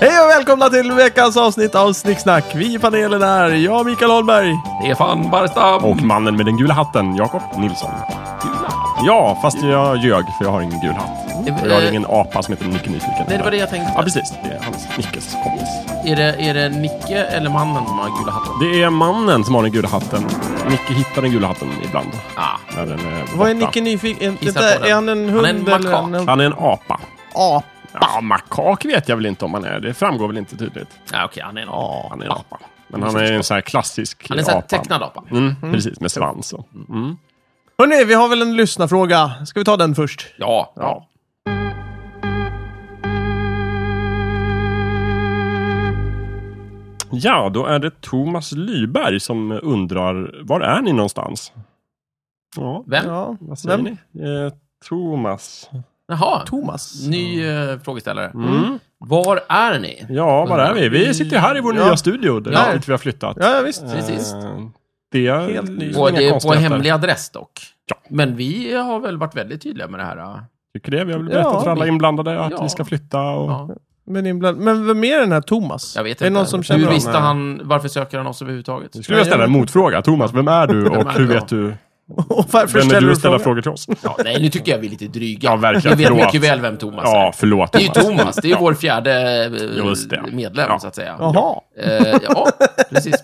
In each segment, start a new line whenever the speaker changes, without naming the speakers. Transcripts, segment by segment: Hej och välkomna till veckans avsnitt av Snicksnack. Vi i panelen är jag, Mikael Holmberg.
Stefan Barstam.
Och mannen med den gula hatten, Jakob Nilsson. Ja, fast jag ljög för jag har ingen gul hatt. Och jag har ingen apa som heter Nicke Nyfiken.
Nej, det var det jag tänkte.
Ja, precis. Det är hans, Nickes kompis.
Är det, är det Nicke eller mannen som har gula hatten?
Det är mannen som har den gula hatten. Nicke hittar den gula hatten ibland.
Ah.
När den är borta.
Vad är Nicke nyfiken?
Gissa
Vänta,
på den.
Är han en hund
Han är en
eller
makak.
en
Han är en apa.
apa?
Ja, makak vet jag väl inte om han är. Det framgår väl inte tydligt.
Ja, okej, han är en apa.
Han är en apa. Men han är en sån här klassisk
Han är en sån här
apa.
tecknad apa.
Mm, precis, med svans och... Mm.
Hörrni, vi har väl en lyssnarfråga. Ska vi ta den först?
Ja.
Ja. Ja, då är det Thomas Lyberg som undrar, var är ni någonstans? Ja,
Vem?
Ja,
vad säger
vem?
ni? Eh, Thomas.
Jaha.
Thomas.
Ny eh, frågeställare.
Mm.
Var är ni?
Ja, var är vi? Vi sitter ju här i vår
Ja.
nya studio, där
Ja.
dit vi har flyttat.
Ja, visst.
Eh,
Precis.
Det är
Helt ny.
inga
På, det är på
konstigheter.
hemlig adress dock.
Ja.
Men vi har väl varit väldigt tydliga med det här. eh.
Tycker det. Vi har väl berättat
Ja,
för alla
vi-
inblandade att
Ja.
vi ska flytta. Och...
Ja,
Men, ibland, men vem är den här Thomas?
jag vet
Är det
inte.
någon som känner
Hur
honom?
visste han, varför söker han oss överhuvudtaget?
Nu skulle jag ställa en motfråga. Thomas, vem är du och
är
hur
du?
vet du
Och varför
Vem är
ställer
du
du
att ställa
frågan?
frågor till oss?
Ja, nej, nu tycker jag vi är lite dryga.
Ja, verkligen.
Jag vet
Förlåt.
mycket väl vem Thomas är.
Ja, förlåt.
Det är ju
Thomas.
Thomas, det är ju vår fjärde eh,
Just det.
medlem,
Ja.
så att säga.
Jaha.
Eh, ja, precis.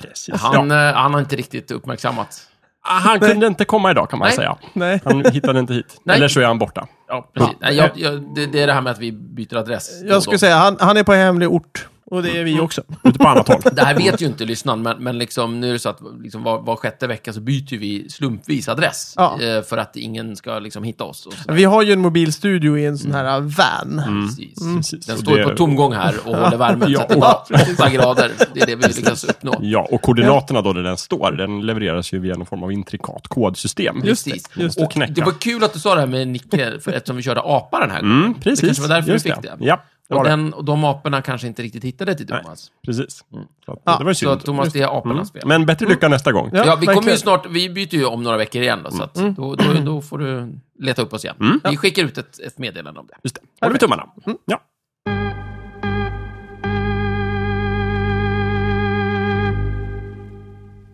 Precis.
Han, eh, han har inte riktigt uppmärksammat.
Ja. Ah, Han kunde inte komma idag kan man
Nej.
säga.
Nej.
Han hittade inte hit.
Nej.
Eller så är han borta.
Ja, precis. Nej, jag, jag, det, det är det här med att vi byter adress. då och
Jag
då.
skulle säga, han, han är på hemlig ort. Och det är vi
Mm.
också.
Ute på annat håll.
Det här vet ju inte lyssnaren, men, men liksom, nu är det så att liksom, var, var sjätte vecka så byter vi slumpvis adress.
Ja.
eh, För att ingen ska liksom, hitta oss. Och så.
Vi har ju en mobilstudio i en sån här
Mm.
van.
Precis.
Mm.
Precis.
Den
Och
står
det-
på tomgång här och håller värmen.
Ja,
så att det är
och-
bara 8 grader. Det är det vi lyckas uppnå.
Ja, och koordinaterna då där den står, den levereras ju via någon form av intrikat kodsystem.
Just
Just
det.
Just det.
och
Knäcka.
det var kul att du sa det här med Nicke, för eftersom vi körde apa den här gången.
Mm, precis.
Det kanske var därför
Just
du fick det.
Ja, det var
och,
det.
den, och de aporna kanske inte riktigt hittade till Thomas.
Precis. Så att,
Ja,
det var ju
Mm. Så
synd.
att Thomas, det är apornas fel.
Men bättre lycka nästa gång.
Mm. Ja.
Ja, vi kommer ju
verkligen. Mm.
snart, vi byter ju om några veckor igen då, så att då, då, då får du leta upp oss igen. Vi skickar ut ett, ett meddelande om det.
Just det. Håller vi tummarna.
Mm.
Ja.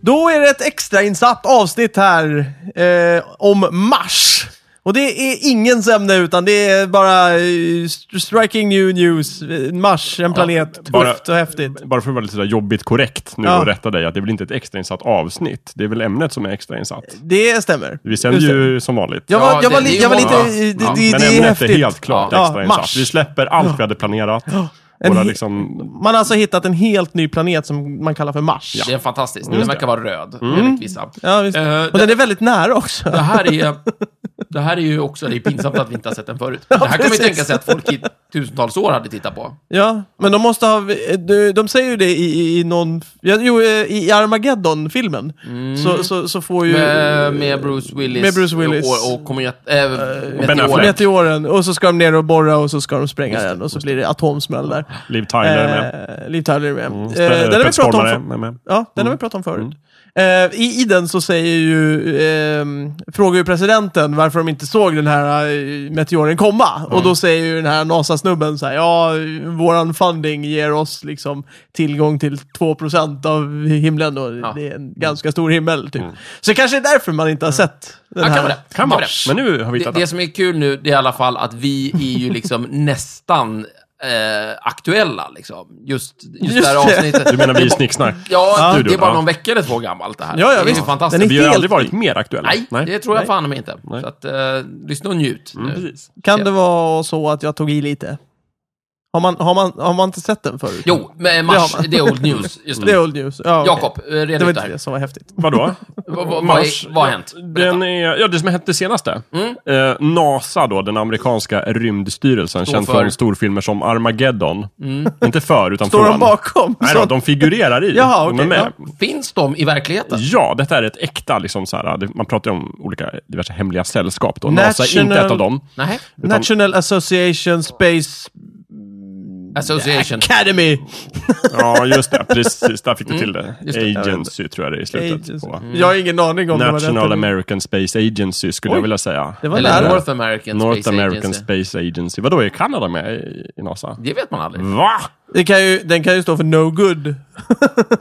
Då är det ett extrainsatt avsnitt här eh, om Mars. Och det är ingens ämne utan det är bara eh, st- striking new news. Eh, Mars, en planet. tufft
bara-
och häftigt.
Bara för att vara lite sådär jobbigt korrekt nu
Ja.
och rätta dig, att det är väl inte ett extrainsatt avsnitt? Det är väl ämnet som är extrainsatt?
Det stämmer.
Vi sänder
Just det.
ju som vanligt.
Jag var,
Ja,
jag var,
det-
li-
det är
jag var
ju
lite...
många-
eh, Det,
Ja,
det,
Men
det är
ämnet är
häftigt.
helt klart
Ja,
extrainsatt.
mars.
Vi släpper allt vi hade planerat.
En
Våra
he-
liksom
Man har alltså hittat en helt ny planet som man kallar för Mars.
Det är fantastiskt. Den verkar vara röd, enligt vissa.
Mm. Ja, visst.
Eh,
och den är väldigt nära också.
Det här är... Det här är ju också, det är pinsamt att vi inte har sett den förut. Det här kan man ju
precis.
tänka sig att folk i tusentals år hade tittat på.
Ja, men de måste ha... De, de säger ju det i, i, i någon... ja, Jo, eh, i Armageddon-filmen. Så, så, så får ju...
Mm. Med, Eh, med Bruce Willis.
Med Bruce Willis. Eh,
Och, och komet... Äh,
Affleck.
meteoren.
meteoren. Och så ska de ner och borra och så ska de spränga den. Och så blir det atomsmäll där.
Liv Tyler med.
Eh, Liv Tyler är med.
Mm.
Eh,
Spe-
den har vi pratat om,
Spetsformare
för,
med, med.
ja, den har vi pratat om förut.
Mm.
Eh, i, I den så säger ju, ehm, frågar ju presidenten varför de inte såg den här eh, meteoren komma.
Mm.
Och då säger ju den här NASA-snubben så här, ja, våran funding ger oss liksom tillgång till 2% av himlen och
Ja. Mm.
det är en ganska stor himmel typ. Så det kanske är därför man inte har sett den
Ja,
här.
kan vara det. Kan vara det.
Men nu har vi
Det,
hittat det.
det som är kul nu, det är i alla fall att vi är ju liksom nästan eh, aktuella. Liksom. Just, just,
Just
det här
det.
avsnittet.
Du menar vi i Snicksnack?
Ja,
Ja.
det är bara
Ja.
någon vecka eller två gammalt det här.
Ja, ja,
det är ju
visst.
fantastiskt.
Den är
Vi har ju
helt
aldrig varit mer aktuella.
Nej, det tror jag
Nej.
fan mig inte. Så att, eh, lyssna och njut Eh, nu.
Precis.
Mm, Kan det vara så att jag tog i lite? Har man, har man, har man inte sett den förut?
Jo, med
Det
mars,
har man.
det är old news. Just
Det
det.
är old news. Ja, okej.
Jakob, eh,
Det
reda
var
ut det
inte
här.
det som var häftigt.
Vadå?
Vad- vad- vad
Mars-
är- Vad har hänt? Berätta.
Den är, ja, det som har hänt det senaste.
Mm.
Eh, NASA då, den amerikanska rymdstyrelsen,
Står
känd
för-
från storfilmer som Armageddon. Inte för, utan
Mm. Står
från.
de bakom?
Nej då, de figurerar i.
Jaha, okej,
de är med.
Finns de i verkligheten?
Ja, detta är ett äkta, liksom så här, det- man pratar ju om olika diverse hemliga sällskap. Då. NASA är
National-
inte ett av dem.
Nej.
National Association Space...
Association.
Academy!
Ja, just det. Precis, där fick du till det.
just det.
Agency tror jag det är i slutet
Mm, Agency.
på.
Mm.
Jag har ingen aning om det var
National
rätt.
American Space Agency skulle jag vilja säga.
Det var
Eller
nära.
North American
North
Space
American
Agency.
Space Agency. Vadå, är Kanada med i, i NASA?
Det vet man aldrig.
Va?
Det kan ju, den kan ju stå för No Good.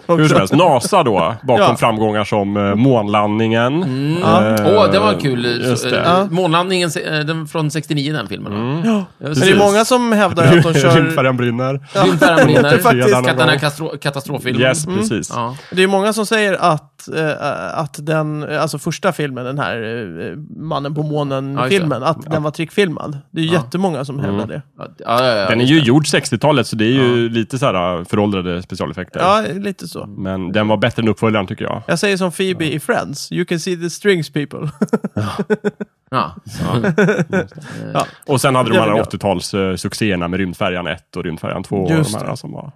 Hur som helst, NASA då, bakom
Ja. Mm.
framgångar som eh, månlandningen.
Ja.
Eh,
Åh, det var kul.
Just
Så,
det.
eh, Månlandningen se- eh, den från 69, den filmen. Mm.
Ja. Men det
Precis.
är många som hävdar att de kör...
Rymdfärjan brinner.
Rymdfärjan brinner.
Det är faktiskt-
Katt- Den här kastro-
Mm.
katastroffilmen.
Yes, precis.
Ja.
Det är många som säger att, eh, att den, eh, alltså första filmen, den här eh, Mannen på
Ja, just
månen-filmen, att den var trickfilmad. Det är ju jättemånga som
Mm.
hävdar det.
Ja, ja, ja, ja.
Den är ju gjord 60-talet, så det är ju lite så här äh, föråldrade specialeffekter.
Ja, lite så.
Men den var bättre än uppföljaren, tycker jag.
Jag säger som Phoebe i Friends, you can see the strings people.
Ja.
Och sen hade de
Det är väl
här
bra.
80-talssuccéerna med Rymdfärjan 1 och Rymdfärjan 2. Och
Just Mm.
de här som var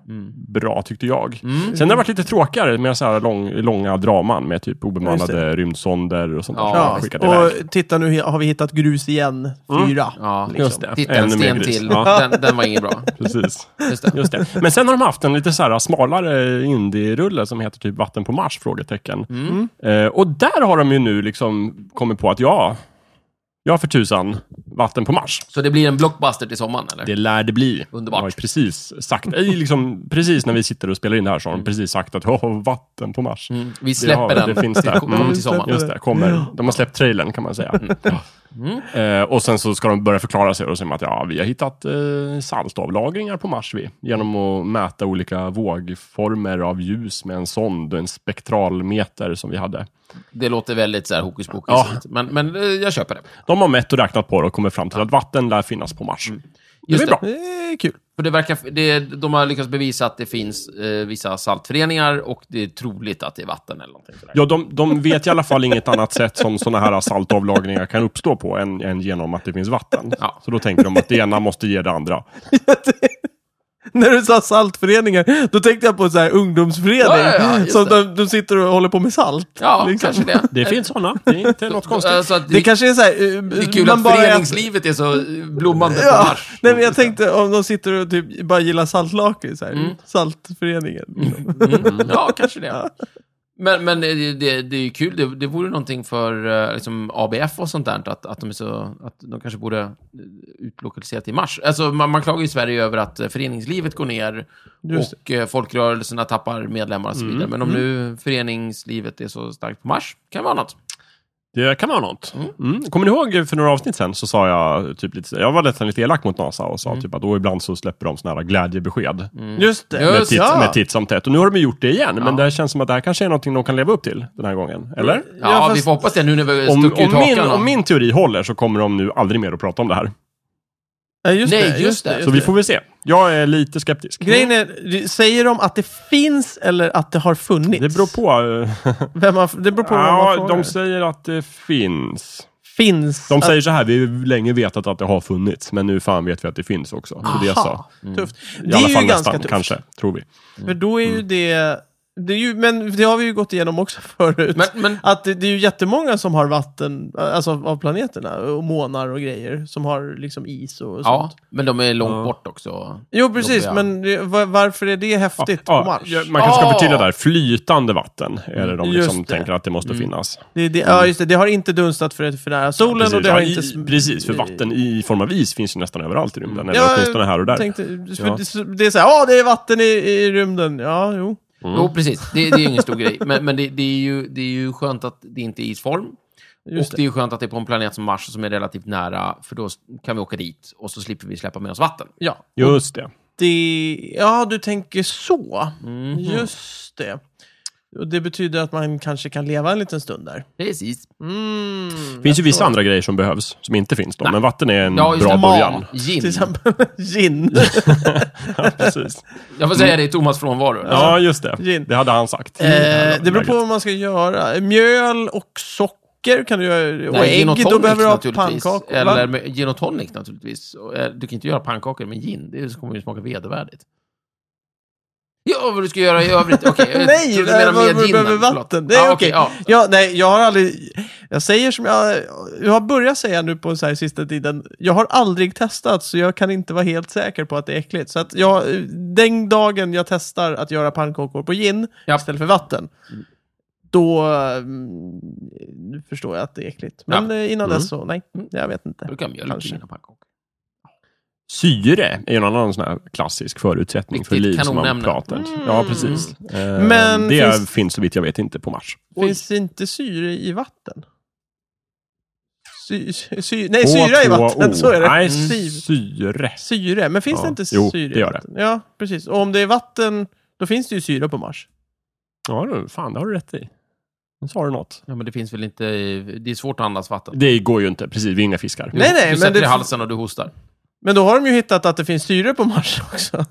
bra, tyckte jag. Sen har det varit lite tråkigare med så här lång, långa draman med typ
Just
obemannade rymdsonder och sånt
Ja,
där. som de
Ja,
skickade iväg.
och titta nu har vi hittat grus igen, fyra.
Mm. Ja,
Just det.
Titta,
Ännu
en
mer
sten
gris.
till.
Ja.
Den, den var ingen bra.
Precis.
Just det.
Just det. Men sen har de haft en lite så här smalare indie-rulle som heter typ Vatten på Mars? frågetecken.
Mm.
Eh, och där har de ju nu liksom kommit på att ja, ja för tusan, Vatten på Mars.
Så det blir en blockbuster till sommaren, eller?
Det lär det bli.
Underbart.
De har ju precis sagt, i liksom, precis när vi sitter och spelar in det här så har de precis sagt att oh, vatten på Mars.
Mm, Vi
Det, har-
släpper den.
det finns där. Mm.
kommer till sommaren.
Just det, kommer. De har släppt trailern kan man säga. Eh, och sen så ska de börja förklara sig och säga att ja, vi har hittat eh, saltavlagringar på Mars vi, genom att mäta olika vågformer av ljus med en sond och en spektralmeter som vi hade.
Det låter väldigt så här hokus pokus.
Ja.
Men, men eh, jag köper det.
De har mätt och räknat på det och kommit fram till att vatten lär finnas på Mars.
Just
det är bra.
Det är kul.
För det verkar, det, de har lyckats bevisa att det finns eh, vissa saltföreningar och det är troligt att det är vatten eller någonting sådär.
Ja, de, de vet i alla fall inget annat sätt som sådana här saltavlagringar kan uppstå på än, än genom att det finns vatten.
Ja.
Så då tänker de att det ena måste ge det andra.
När du sa saltföreningar, då tänkte jag på en sån här ungdomsförening.
Ja, ja, ja, just
som
det.
de, de sitter och håller på med salt.
Ja,
liksom.
kanske det.
Det finns sådana. Det är inte något konstigt.
Alltså att
Det kanske är så här, eh,
det är kul
man
att
bara
föreningslivet är så eh, blommande på
Ja,
Mars.
nej men jag tänkte om de sitter och typ bara gillar saltlakris här. Saltföreningen.
Mm, ja, kanske det. Men, men det, det, det är ju kul. Det, det vore någonting för eh, liksom, ABF och sånt där. Att, att, de är så, att de kanske borde eh, utlokalisera till Mars. Alltså, man, man klagar ju i Sverige över att eh, föreningslivet går ner
Just
och eh, folkrörelserna tappar medlemmar och så vidare. Men om nu föreningslivet är så starkt på Mars, kan vara något.
Det kan vara något. Mm. Kommer ni ihåg för några avsnitt sen så sa jag typ lite, jag var nästan lite elak mot NASA och sa typ att då ibland så släpper de sådana här glädjebesked.
Just det.
Mm. Just
Med, titt,
Mm. ja.
med titt som tätt. Och nu har de ju gjort det igen, men
Ja.
det känns som att det här kanske är någonting de kan leva upp till den här gången. Eller?
Ja,
Ja, fast-
vi får hoppas det nu när vi
Om,
stuckit ut
om, min,
hakan.
om min teori håller så kommer de nu aldrig mer att prata om det här.
Ja, just
Nej,
det,
just det.
Just
Så vi får väl se. Jag är lite skeptisk.
Grejen är, säger de att det finns eller att det har funnits?
Det beror på. eh,
Vem man, det beror på vem man
ja,
frågar.
de säger att det finns.
finns.
De säger så här, vi har ju länge vetat att det har funnits, men nu fan vet vi att det finns också. Så det så.
Aha,
Mm.
tufft.
I
Det
alla
är
fall
ju ganska
nästan,
tufft.
kanske, tror vi.
För då är ju
Mm.
det... det är ju, men det har vi ju gått igenom också förut.
Men- men-
att det, det är ju jättemånga som har vatten, alltså av planeterna, och månar och grejer, som har liksom is och sånt.
Ja, men de är långt bort också.
Jo, precis,
Jobbiga.
men det- va- varför är det häftigt på Mars?
ja, man kanske
Ah!
kan förtydliga där, flytande vatten är det de
Just
liksom
det. Mm.
tänker att det måste finnas.
Det, det, ja, just det. Det har inte dunstat för, för nära solen
Precis,
och det har
ja,
inte...
i,
sm-
precis, för vatten i form av is finns ju nästan överallt i rymden, eller
Mm. Ja,
åtminstone här och där.
Tänkte, för
Ja.
det, det är såhär, ja det är vatten i, i rymden. Ja, jo.
Jo, precis. Det, det är ju ingen stor grej. Men, men det, det, är ju, det är ju skönt att det inte är isform.
Just
och det är ju skönt att det är på en planet som Mars som är relativt nära, för då kan vi åka dit och så slipper vi släppa med oss vatten.
Ja.
Just det.
Mm. Det, ja, du tänker så.
Mhm.
Just det. Och det betyder att man kanske kan leva en liten stund där.
Precis.
Mm.
Det finns ju vissa andra grejer som behövs, som inte finns då. Men vatten är en
Ja, just
bra
det.
början.
Till
Gin.
exempel gin.
Ja, precis.
Jag får säga det i Thomas frånvaro.
Ja, just det.
Gin.
Det hade han sagt.
Eh, det beror på vad man ska göra. Mjöl och socker kan du göra. Och
Nej, gin och
ägg, då
tonic
behöver du ha
naturligtvis.
pannkakor.
Eller
Eller...
med, gin och tonic naturligtvis. Och, eh, Du kan inte göra pannkakor med gin, det kommer ju smaka vedervärdigt. Ja, vad du ska göra i övrigt? Okej, jag
Nej,
trodde du
det
menade
var-
med ginen.
behöver vatten.
Förlåt.
Det är
Ja,
okej.
ja.
Ja, nej, jag har aldrig... Jag säger som jag... Jag har börjat säga nu på så här sista tiden. Jag har aldrig testat, så jag kan inte vara helt säker på att det är äckligt. Så att jag, den dagen jag testar att göra pannkakor på gin
Ja.
istället för vatten, då mm, förstår jag att det är äckligt. Men eh, innan
Mm.
dess så, nej.
Mm.
Jag vet inte.
Brukar mjölk
Kanske.
i mina pannkakor.
Syre är ju en annan sån här klassisk förutsättning för
Riktigt
liv som man
kanonämne.
pratat. Ja, precis. Eh,
Mm. Men
det
finns-
finns... så vitt jag vet inte på Mars.
Finns det inte syre i vatten? Sy, sy, nej,
H2O.
syra i vatten, så är det. Mm.
Nej,
Syv.
syre.
Syre, men finns
Ja.
det inte syre?
Jo,
i
det gör det.
vatten? Ja, precis. Och om det är vatten, då finns det ju syre på Mars.
Ja, du, fan, det har du rätt i. Nu sa du något.
Ja, men det finns väl inte... i- Det är svårt att andas vatten.
Det går ju inte. Precis, vi är inga fiskar.
Nej, nej,
du
men
sätter
det-
i halsen och du hostar.
Men då har de ju hittat att det finns syre på Mars också.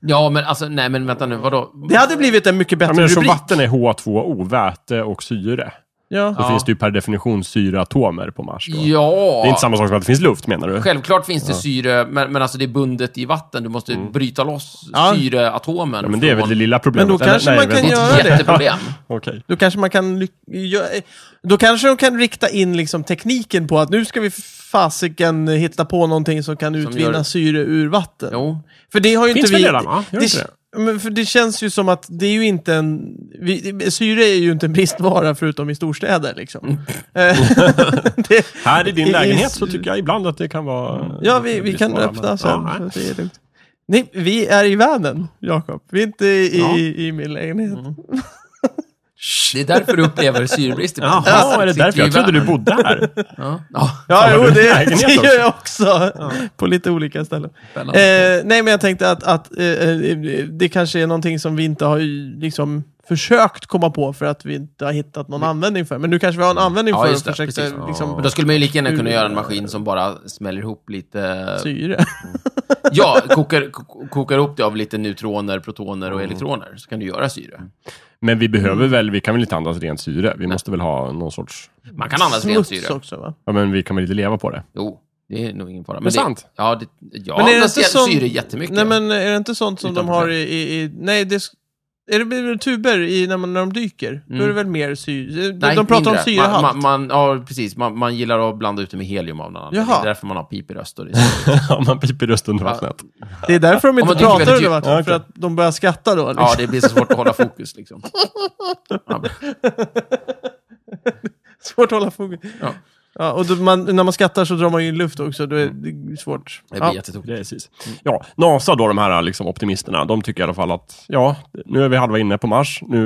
Ja, men alltså, nej, men vänta nu, vadå?
Det hade blivit en mycket
Ja,
bättre
men eftersom
rubrik.
vatten är H2O, väte och syre,
Ja.
då
Ja.
finns det ju per definition syreatomer på Mars. Då.
Ja!
Det är inte samma sak som att det finns luft, menar du?
Självklart finns det syre, men, men alltså det är bundet i vatten. Du måste bryta loss
Ja.
syreatomen.
Mm. Ja, men det är väl
från-
det lilla
Men
problemet?
då kanske man
Det
kan
vänta.
göra-
är ett
det.
jätteproblem.
Okej.
Då kanske man kan... ly- gö- Då kanske de kan rikta in liksom tekniken på att nu ska vi fasiken hitta på någonting som kan utvinna
gör-
syre ur vatten.
Jo.
För det har ju
Finns
inte
väl
vi...
redan, va? Gör inte
Men för det känns ju som att det är ju inte en... Vi, syre är ju inte en bristvara förutom i storstäder
Mm.
liksom. det,
Här i din
I- i-
lägenhet så tycker jag ibland att det kan vara...
ja, vi, vi kan
Ja, men-
öppna sen.
Ja, nej.
så det är lugnt. Nej, vi är i världen, Jakob. Vi är inte i,
Ja.
i, i min lägenhet.
Det är därför du upplever syrebrist ibland.
Jaha, är det
Sitter
därför?
ju
Jag trodde
i
du
värmen.
bodde här.
Ja. Ja,
Ja,
Har
jo,
du
det,
lägenhet
det
också?
gör jag också. På lite olika ställen.
spännande.
Eh, nej, men jag tänkte att, att eh, eh, det kanske är någonting som vi inte har ju liksom försökt komma på för att vi inte har hittat någon användning för. Men nu kanske vi har en användning
Mm. Ja,
för
just
och
det,
försökte
precis. Men
liksom,
då skulle man ju lika gärna kunna göra en maskin som bara smäller ihop lite...
syre.
Ja, kokar, ko- kokar ihop det av lite neutroner, protoner och elektroner. Så kan du göra syre.
Men vi behöver
Mm.
väl, vi kan väl inte andas rent syre? Vi måste väl ha någon sorts...
Man kan andas rent
Smuts
syre.
också va?
Ja, men vi kan väl inte leva på det?
Jo, det är nog ingen fara. Men,
Men
det,
sant.
Ja, det, ja
Men är det
andas
inte
jä-
som-
syre jättemycket.
Nej men är det inte sånt som
Utan
de har i, i, i nej det sk- är det väl tuber i, när, man, när de dyker? Då är det väl mer syre? De,
Mm. Nej,
de pratar
mindre.
om syrehalt.
Man, man, man, ja, precis. Man, man gillar att blanda ut det med helium av någon annan. Det
Jaha.
är därför man har pipig röst. Och det
Ja, man piper röst under
Ja.
vattnet.
det är därför de
man
inte
dyker
pratar
väldigt
under
djupt.
vattnet,
Ja, okej.
för att de börjar skratta då. Liksom.
ja, det blir så svårt att hålla fokus liksom. Ja,
Svårt att hålla fokus.
Ja.
Ja, och då man, när man skrattar så drar man ju in luft också, då är det svårt.
Mm. det blir
Ja.
jättetokigt.
Det är precis. Ja, NASA då, de här liksom, optimisterna, de tycker i alla fall att ja, nu är vi halva inne på Mars. Nu,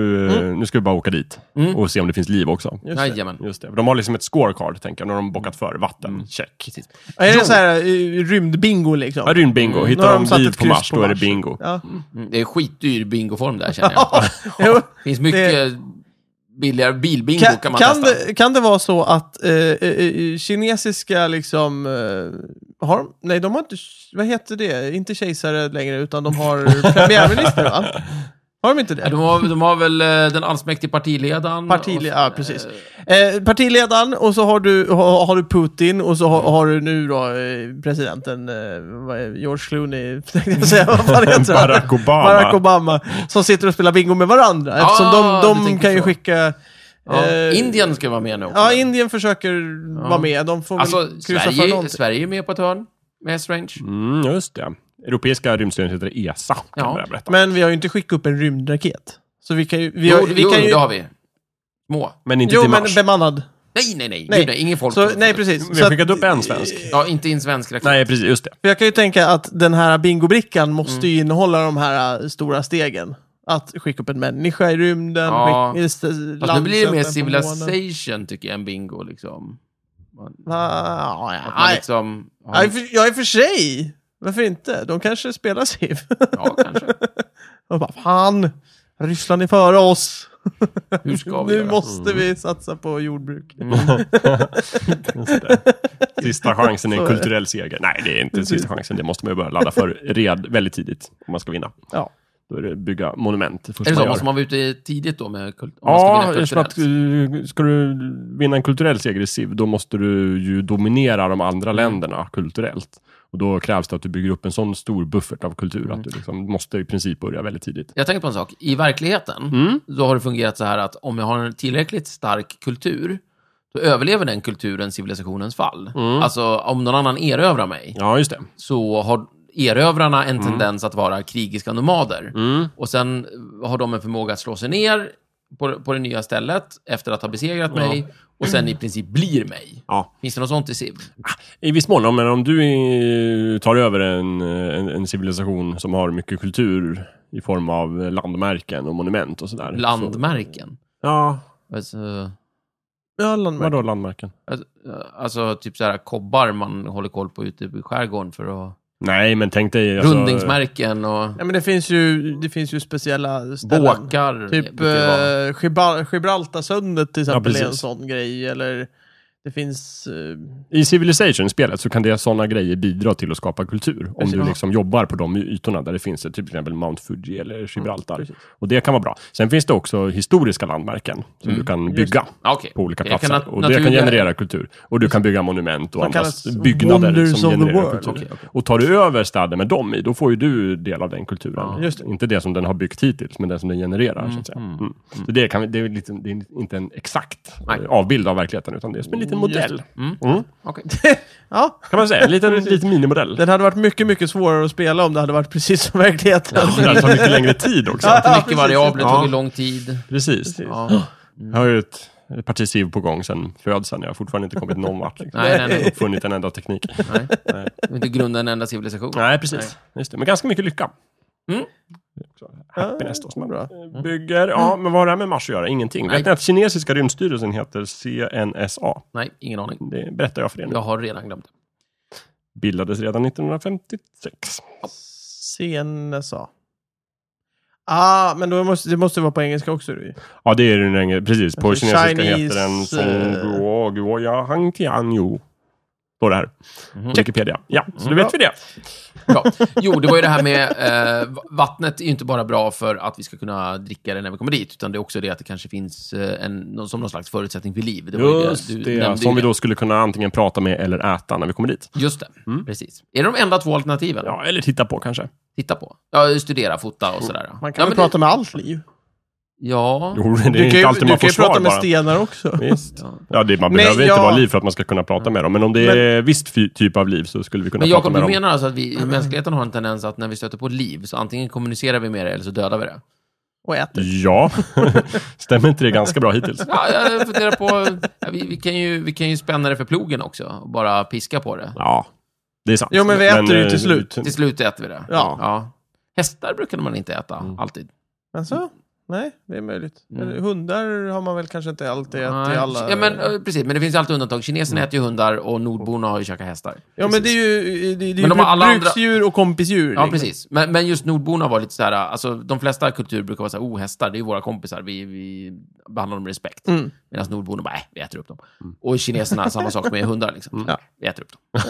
nu ska vi bara åka dit och se om det finns liv också.
Mm. Just det. Mm.
Jajamän.
Just det. För De har liksom ett scorecard, tänker jag. Nu har de bockat för vatten. Check.
Precis.
Är det så här eh, rymdbingo liksom?
Ja, rymdbingo.
Nu
Hittar
har de
de
satt
liv
ett
på
kryss
Mars,
på
då är det
Mars.
bingo.
Ja.
Mm, det är skitdyr bingoform där känner jag.
Jo,
Det finns mycket billigare bilbingo kan,
kan,
man
kan,
testa.
det, kan det vara så att eh, eh, eh, kinesiska liksom... Eh, har de, nej, de har inte... Vad heter det? Inte kejsare längre, utan de har premiärminister, va? Har de inte det?
Ja, De har, de har väl eh, den allsmäktige partiledaren.
Partile-
Mm, Och-
ja, precis. Eh, partiledaren, och så har du, har, har du Putin, och så har,
Mm.
har du nu då eh, presidenten eh, vad är- George Clooney, tänkte jag säga. Vad fan heter han?
Barack Obama.
Barack Obama. Som sitter och spelar bingo med varandra. Eftersom
Ah,
de,
du
de
tänker
kan ju
så.
skicka...
Ja.
eh,
Indien ska vara med nu också.
Ja, Indien försöker vara med. De får
Alltså,
väl kryssa för
Sverige,
någonting.
Sverige är med på ett hörn. Med Strange.
Mm, just det. Europeiska rymdstyrelsen heter ESA, kan
Ja.
jag berätta. Men,
Men vi har ju inte skickat upp en rymdraket. Så vi kan ju... Vi
Jo,
har, vi
jo,
kan ju
det har vi. Små.
inte
jo,
till
men
Mars.
bemannad.
Nej, nej, nej.
Nej.
Gud, nej ingen folk.
Så, nej, precis.
Vi
Så
har
att-
skickat upp en svensk.
Ja, inte i en svensk raket.
Nej, precis. Just det.
För jag kan ju tänka att den här bingobrickan måste
Mm.
ju innehålla de här äh, stora stegen. Att skicka upp en människa i rymden,
Ja.
skicka- st-
Fast nu blir det mer
landsätta den på månen.
civilization, tycker jag, än bingo. Liksom. Man,
Va-
att
ja,
man
nej.
liksom...
Ja,
Ja,
i och för- Ja, i och för sig. Varför inte? De kanske spelar Civ.
ja, kanske.
Och bara, fan! Ryssland är före oss!
Hur ska vi
Nu
göra? Mm.
måste vi satsa på jordbruk.
Sista chansen är
Så
en
är det.
kulturell seger. Nej, det är inte sista chansen. Det måste man ju börja ladda för red väldigt tidigt om man ska vinna.
Ja.
Då är det bygga monument. Det
Är
första
det så?
man
Måste
gör.
man vara ute tidigt då med kult- om man ska
Ja,
vinna
eftersom att,
kulturellt?
eh, ska du vinna en kulturell seger i SIV, då måste du ju dominera de andra
Mm.
länderna kulturellt. Och då krävs det att du bygger upp en sån stor buffert av kultur
Mm.
att du liksom måste i princip börja väldigt tidigt.
Jag tänkte på en sak. I verkligheten,
Mm.
då har det fungerat så här att om jag har en tillräckligt stark kultur, då överlever den kulturen civilisationens fall.
Mm.
Alltså, om någon annan erövrar mig,
Ja, just det.
så har erövrarna
Mm.
en tendens att vara krigiska nomader. Och sen har de en förmåga att slå sig ner på, på det nya stället efter att ha besegrat mig och sen i princip blir mig.
Ja.
Finns det något sånt i SIV?
I viss mån, ja, men om du eh, tar över en, eh, en, en civilisation som har mycket kultur i form av eh, landmärken och monument och sådär. Så,
Landmärken?
ja,
Alltså,
Ja, landmärken.
vadå landmärken?
alltså, alltså typ så här kobbar man håller koll på ute i skärgården för att...
Nej, men tänk dig... alltså-
Rundningsmärken och
Ja, men det finns ju, det finns ju speciella ställen.
båkar.
Mm,
Typ
brukar det vara.
eh, Gibral- Gibraltarsundet till exempel är en
precis.
sån grej. Eller det finns... Eh,
I Civilization-spelet så kan det sådana grejer bidra till att skapa kultur. Om
Precis.
du liksom jobbar på de ytorna där det finns, det, typ till exempel Mount Fuji eller Gibraltar.
Mm, precis.
och det kan vara bra. Sen finns det också historiska landmärken som
Mm,
du kan bygga
Ah, okej.
på olika
Jag kan
platser.
nat-
och det kan
naturliga-
generera kultur. Och du kan bygga monument och
Som
andra
kallas
byggnader
Wonders
som
of the
genererar
World.
kultur.
Okej,
Och tar du över städer med dem i, då får ju du del av den kulturen.
Ja, just det.
Inte det som den har byggt hittills, men den som den genererar. Så att säga. Mm. Så det, kan, vi- det, är lite, det är inte en exakt
Nej.
eh, avbild av verkligheten, utan det är som en liten modell. Mm.
Okej.
ja,
Kan man säga. En liten, liten minimodell.
den hade varit mycket, mycket svårare att spela om det hade varit precis som verkligheten.
Det här tar mycket längre tid också.
Mycket variabler,
Ja.
tog lång tid.
Precis.
Ja.
Jag har ju ett ett parti SIV på gång sen födseln. Jag har fortfarande inte kommit någon vart. Liksom.
Nej, nej, nej.
Funnit en enda teknik.
Nej.
Nej.
Det är Inte grunda en enda civilisation.
Nej, precis. Just det. Men ganska mycket lycka.
Mm.
Det är också Happiness då, som man
Bra.
bygger. Ja, men vad har det här med Mars att göra? Ingenting.
Nej.
Vet ni att kinesiska rymdstyrelsen heter CNSA?
Nej, ingen aning.
Det berättar jag för er nu.
Jag har redan glömt.
Bildades redan 1956.
CNSA. Ah, men då måste, det måste vara på engelska också. du.
Ja, det är den engelska. Precis. På
Alltså,
kinesiska
Chinese,
heter den
eh,
Songguo Guoya Hangtianyu. Står det här. Wikipedia. Ja, så då vet vi det.
Bra. Jo, det var ju det här med eh, va- vattnet är ju inte bara bra för att vi ska kunna dricka det när vi kommer dit, utan det är också det att det kanske finns eh, en, någon, som någon slags förutsättning för liv. Det var ju
Just
du
det,
nämnde ju
som vi
det.
då skulle kunna antingen prata med eller äta när vi kommer dit.
Just det, precis. Är det de enda två alternativen?
Mm. Ja, eller titta på kanske.
Titta på. Ja, studera, fota och sådär.
Man
ja,
kan väl
men
prata
det,
med allt liv?
Ja.
Jo, det är
Du
inte
kan ju,
alltid
du
man får
kan ju
svar
prata med
bara.
stenar också.
Visst.
Ja.
Ja, det, man
Men
behöver
jag-
inte vara liv för att man ska kunna prata med dem, men om det är visst fy- typ av liv så skulle vi kunna
Men
prata
Jakob,
med
du
dem.
menar alltså att vi, mänskligheten har en tendens att när vi stöter på ett liv, så antingen kommunicerar vi med det eller så dödar vi det?
Och äter.
Ja, stämmer inte det ganska bra hittills?
Ja, jag funderar på... Ja, vi, vi, kan ju, vi kan ju spänna det för plogen också och bara piska på det.
Ja, det är sant.
Jo, men vi äter ju
eh,
till slut.
Till slut äter vi det.
Ja. Mm.
Hästar brukar man inte äta, alltid.
Men så? Nej, det är möjligt. Eller,
Mm.
hundar har man väl kanske inte alltid ätit i
Nej.
alla...
ja, men, eh, precis, men det finns ju alltid undantag. Kineserna äter ju hundar och nordborna har ju käkat hästar.
Ja, men det är ju, det, det är ju typ
Men de har alla andra-
bruksdjur och kompisdjur.
Ja,
liksom.
precis. Men, men just nordborna var lite så här, alltså de flesta kulturer brukar vara så här, oh, hästar, det är ju våra kompisar, vi, vi behandlar dem med respekt.
Mm.
Medan nordborna bara, äh, vi äter upp dem. Och kineserna, samma sak med hundar, liksom.
Ja.
Vi äter upp dem.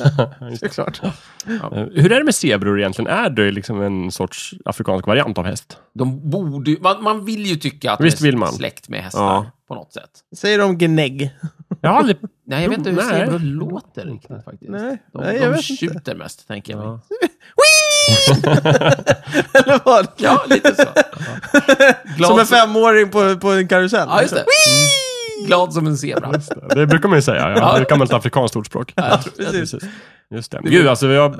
Det är klart.
Eh, Hur är det med zebror egentligen? Är det liksom en sorts afrikansk variant av häst?
De borde ju, man, man vill ju tycka att de
Visst
är
vill man.
släkt med hästar,
Ja.
på något sätt.
Säger de gnägg?
Jag har aldrig...
Nej, jag vet inte hur
Nej.
zebror låter riktigt faktiskt.
Nej,
De,
nej, jag
de
vet inte.
tjuter mest, tänker jag.
Eller vad?
Ja, lite så. Glad
liksom. Som en femåring på, på en karusell. liksom.
Ja, just det. Mm. Glad som en zebra.
Det brukar man ju säga. Ja. Det kan man ett afrikanskt ordspråk.
Precis.
Precis. Just det. Gud, alltså jag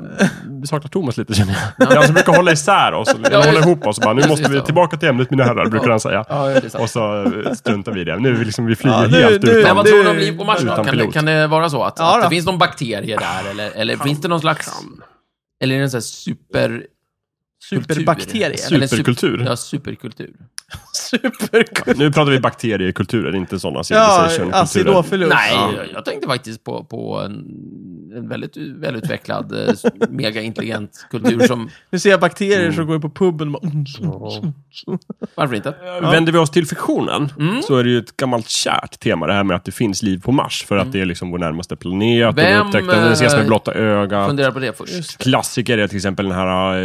vi saknar Thomas lite känner jag. Han som brukar hålla isär oss, eller
Ja,
hålla
just-
ihop oss och bara, nu
just
måste
det.
vi tillbaka till ämnet mina herrar, brukar han säga.
Ja, det är sant.
Och så eh, struntar vi i det. Nu är vi liksom, vi flyger
Ja, nu-
helt
nu-
Men
utan.
vad
Du-
tror du om liv på Mars då?
Utan
Kan det,
pilot.
kan det vara så att,
Ja,
att
då.
det finns någon bakterie där? Eller, eller finns det någon slags... Eller är det en sån här super... kultur?
Superbakterie.
Eller en sup-
Superkultur.
Ja, superkultur.
Superkul.
Nu pratar vi bakteriekulturer, inte sådana
Ja,
civilization-kulturer.
acidofilus.
Nej,
Ja.
jag- jag tänkte faktiskt på, på en, en väldigt välutvecklad, eh, s- mega intelligent kultur som...
Nu ser jag bakterier
Mm.
som går in på puben och bara... mm, mm, mm.
Varför inte?
Eh, Vänder vi oss till fiktionen så är det ju ett gammalt kärt tema det här med att det finns liv på Mars. För att det är liksom vår närmaste planet.
Vem,
och vi upptäckte den ses med
eh,
blotta ögat.
Fundera på det först.
Klassiker är till exempel den här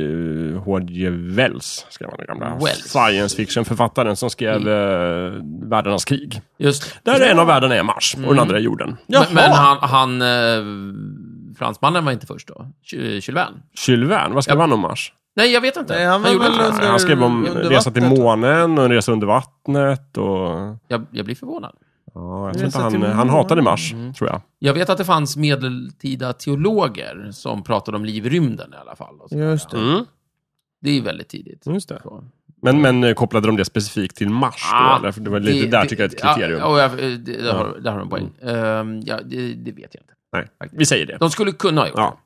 eh, H.G. Wells, skrev han den gamla
Wells.
science fiction-författaren som skrev eh, Världarnas krig.
Just.
Där en av världarna är Mars och den andra är jorden.
Jaha.
Men, men han, han eh, fransmannen var inte först då? Ky- Jules Verne?
Jules Verne, vad skrev han om Mars?
Nej, jag vet inte.
Nej, han var
gjorde
väl
inte det.
under-
han skrev om
under
resa till
vattnet.
månen och en resa under vattnet. Och,
jag, jag blir förvånad.
ja, jag tror inte
Resa till
han, han
månen.
hatade Mars, tror jag.
Jag vet att det fanns medeltida teologer som pratade om liv i rymden i alla fall. Och så.
Just det.
Det är ju väldigt tidigt.
Just det.
Så.
Men, men eh, kopplade de det specifikt till Mars
Ah,
då? Eller? För Det var lite där tycker jag är ett kriterium.
Ja, och jag, det, det har, där har du en poäng. Ehm, ja, det, det vet jag inte.
Nej, vi säger det.
De skulle kunna ha gjort
Ja.
det.